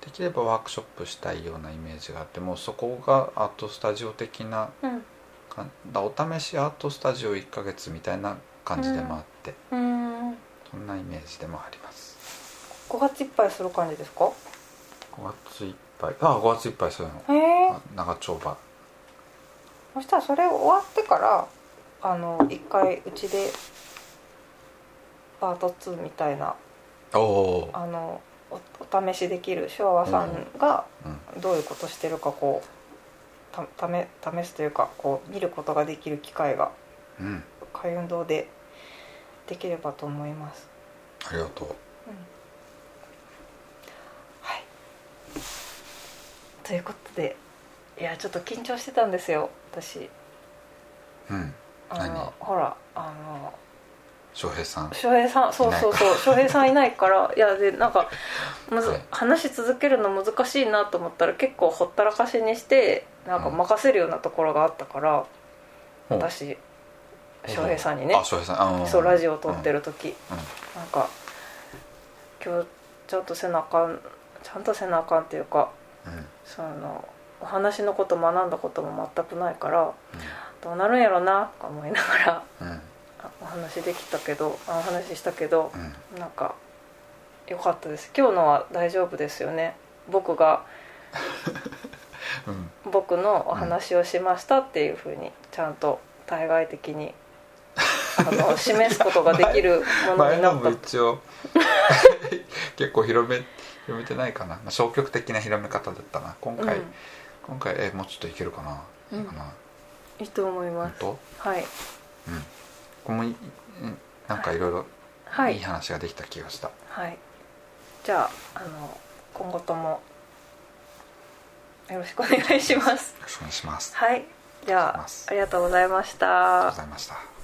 [SPEAKER 1] できればワークショップしたいようなイメージがあってもうそこがアートスタジオ的な
[SPEAKER 2] うん
[SPEAKER 1] かだお試しアートスタジオ1ヶ月みたいな感じでもあって、
[SPEAKER 2] うん
[SPEAKER 1] そんなイメージでもあります
[SPEAKER 2] 5月いっぱいする感じですか
[SPEAKER 1] 5月いっぱいあ5月いっぱいそういうの
[SPEAKER 2] へえ
[SPEAKER 1] あ長丁場
[SPEAKER 2] そしたらそれ終わってからあの一回うちでパート2みたいな
[SPEAKER 1] おおー
[SPEAKER 2] あのおお試しできるシュワワさんが
[SPEAKER 1] うん
[SPEAKER 2] どういうことしてるかこうたため試すというかこう見ることができる機会が
[SPEAKER 1] うん
[SPEAKER 2] 海運動でできればと思います。
[SPEAKER 1] ありがとう
[SPEAKER 2] うんはい、ということでいやちょっと緊張してたんですよ私。
[SPEAKER 1] うん
[SPEAKER 2] あ
[SPEAKER 1] 何
[SPEAKER 2] のほらあの
[SPEAKER 1] 翔平さん
[SPEAKER 2] 翔平さんそうそうそう翔平さんいないからいやでなんかむず
[SPEAKER 1] はい
[SPEAKER 2] 話し続けるの難しいなと思ったら結構ほったらかしにしてなんか任せるようなところがあったから、
[SPEAKER 1] うん
[SPEAKER 2] 私翔平さんにね
[SPEAKER 1] あ翔平さんあ
[SPEAKER 2] そうラジオを撮って
[SPEAKER 1] る、
[SPEAKER 2] る
[SPEAKER 1] う
[SPEAKER 2] 時、
[SPEAKER 1] んうん
[SPEAKER 2] なんか今日ちゃんとせなあかんちゃんとせなあかんっていうか
[SPEAKER 1] うんうん
[SPEAKER 2] そのお話のこと学んだことも全くないからどうなるんやろなとか思いながら
[SPEAKER 1] うん
[SPEAKER 2] あお話できたけどあお話ししたけど
[SPEAKER 1] うん
[SPEAKER 2] なんか良かったです今日のは大丈夫ですよね僕が
[SPEAKER 1] うん
[SPEAKER 2] 僕のお話をしましたっていうふうにちゃんと対外的にあ
[SPEAKER 1] <laughs>
[SPEAKER 2] の示すことができるもの
[SPEAKER 1] 前
[SPEAKER 2] にな
[SPEAKER 1] の
[SPEAKER 2] っ
[SPEAKER 1] も
[SPEAKER 2] た
[SPEAKER 1] 一応 <laughs> 結構広め広めてないかな、まあ、消極的な広め方だったな今回、
[SPEAKER 2] うん
[SPEAKER 1] 今回えもうちょっといけるかな、
[SPEAKER 2] うん
[SPEAKER 1] かない
[SPEAKER 2] いと思い
[SPEAKER 1] 本
[SPEAKER 2] ます
[SPEAKER 1] 当
[SPEAKER 2] はい
[SPEAKER 1] うん、ここもいうんなんかいろいろ
[SPEAKER 2] はい
[SPEAKER 1] い
[SPEAKER 2] い
[SPEAKER 1] 話ができた気がした、
[SPEAKER 2] はいじゃああの今後ともよろしくお願いします
[SPEAKER 1] よろしくお願いしますあり
[SPEAKER 2] はいじ
[SPEAKER 1] お願いし
[SPEAKER 2] ゃあ
[SPEAKER 1] ます
[SPEAKER 2] ありがとうございまし
[SPEAKER 1] がとうご
[SPEAKER 2] た
[SPEAKER 1] ざいました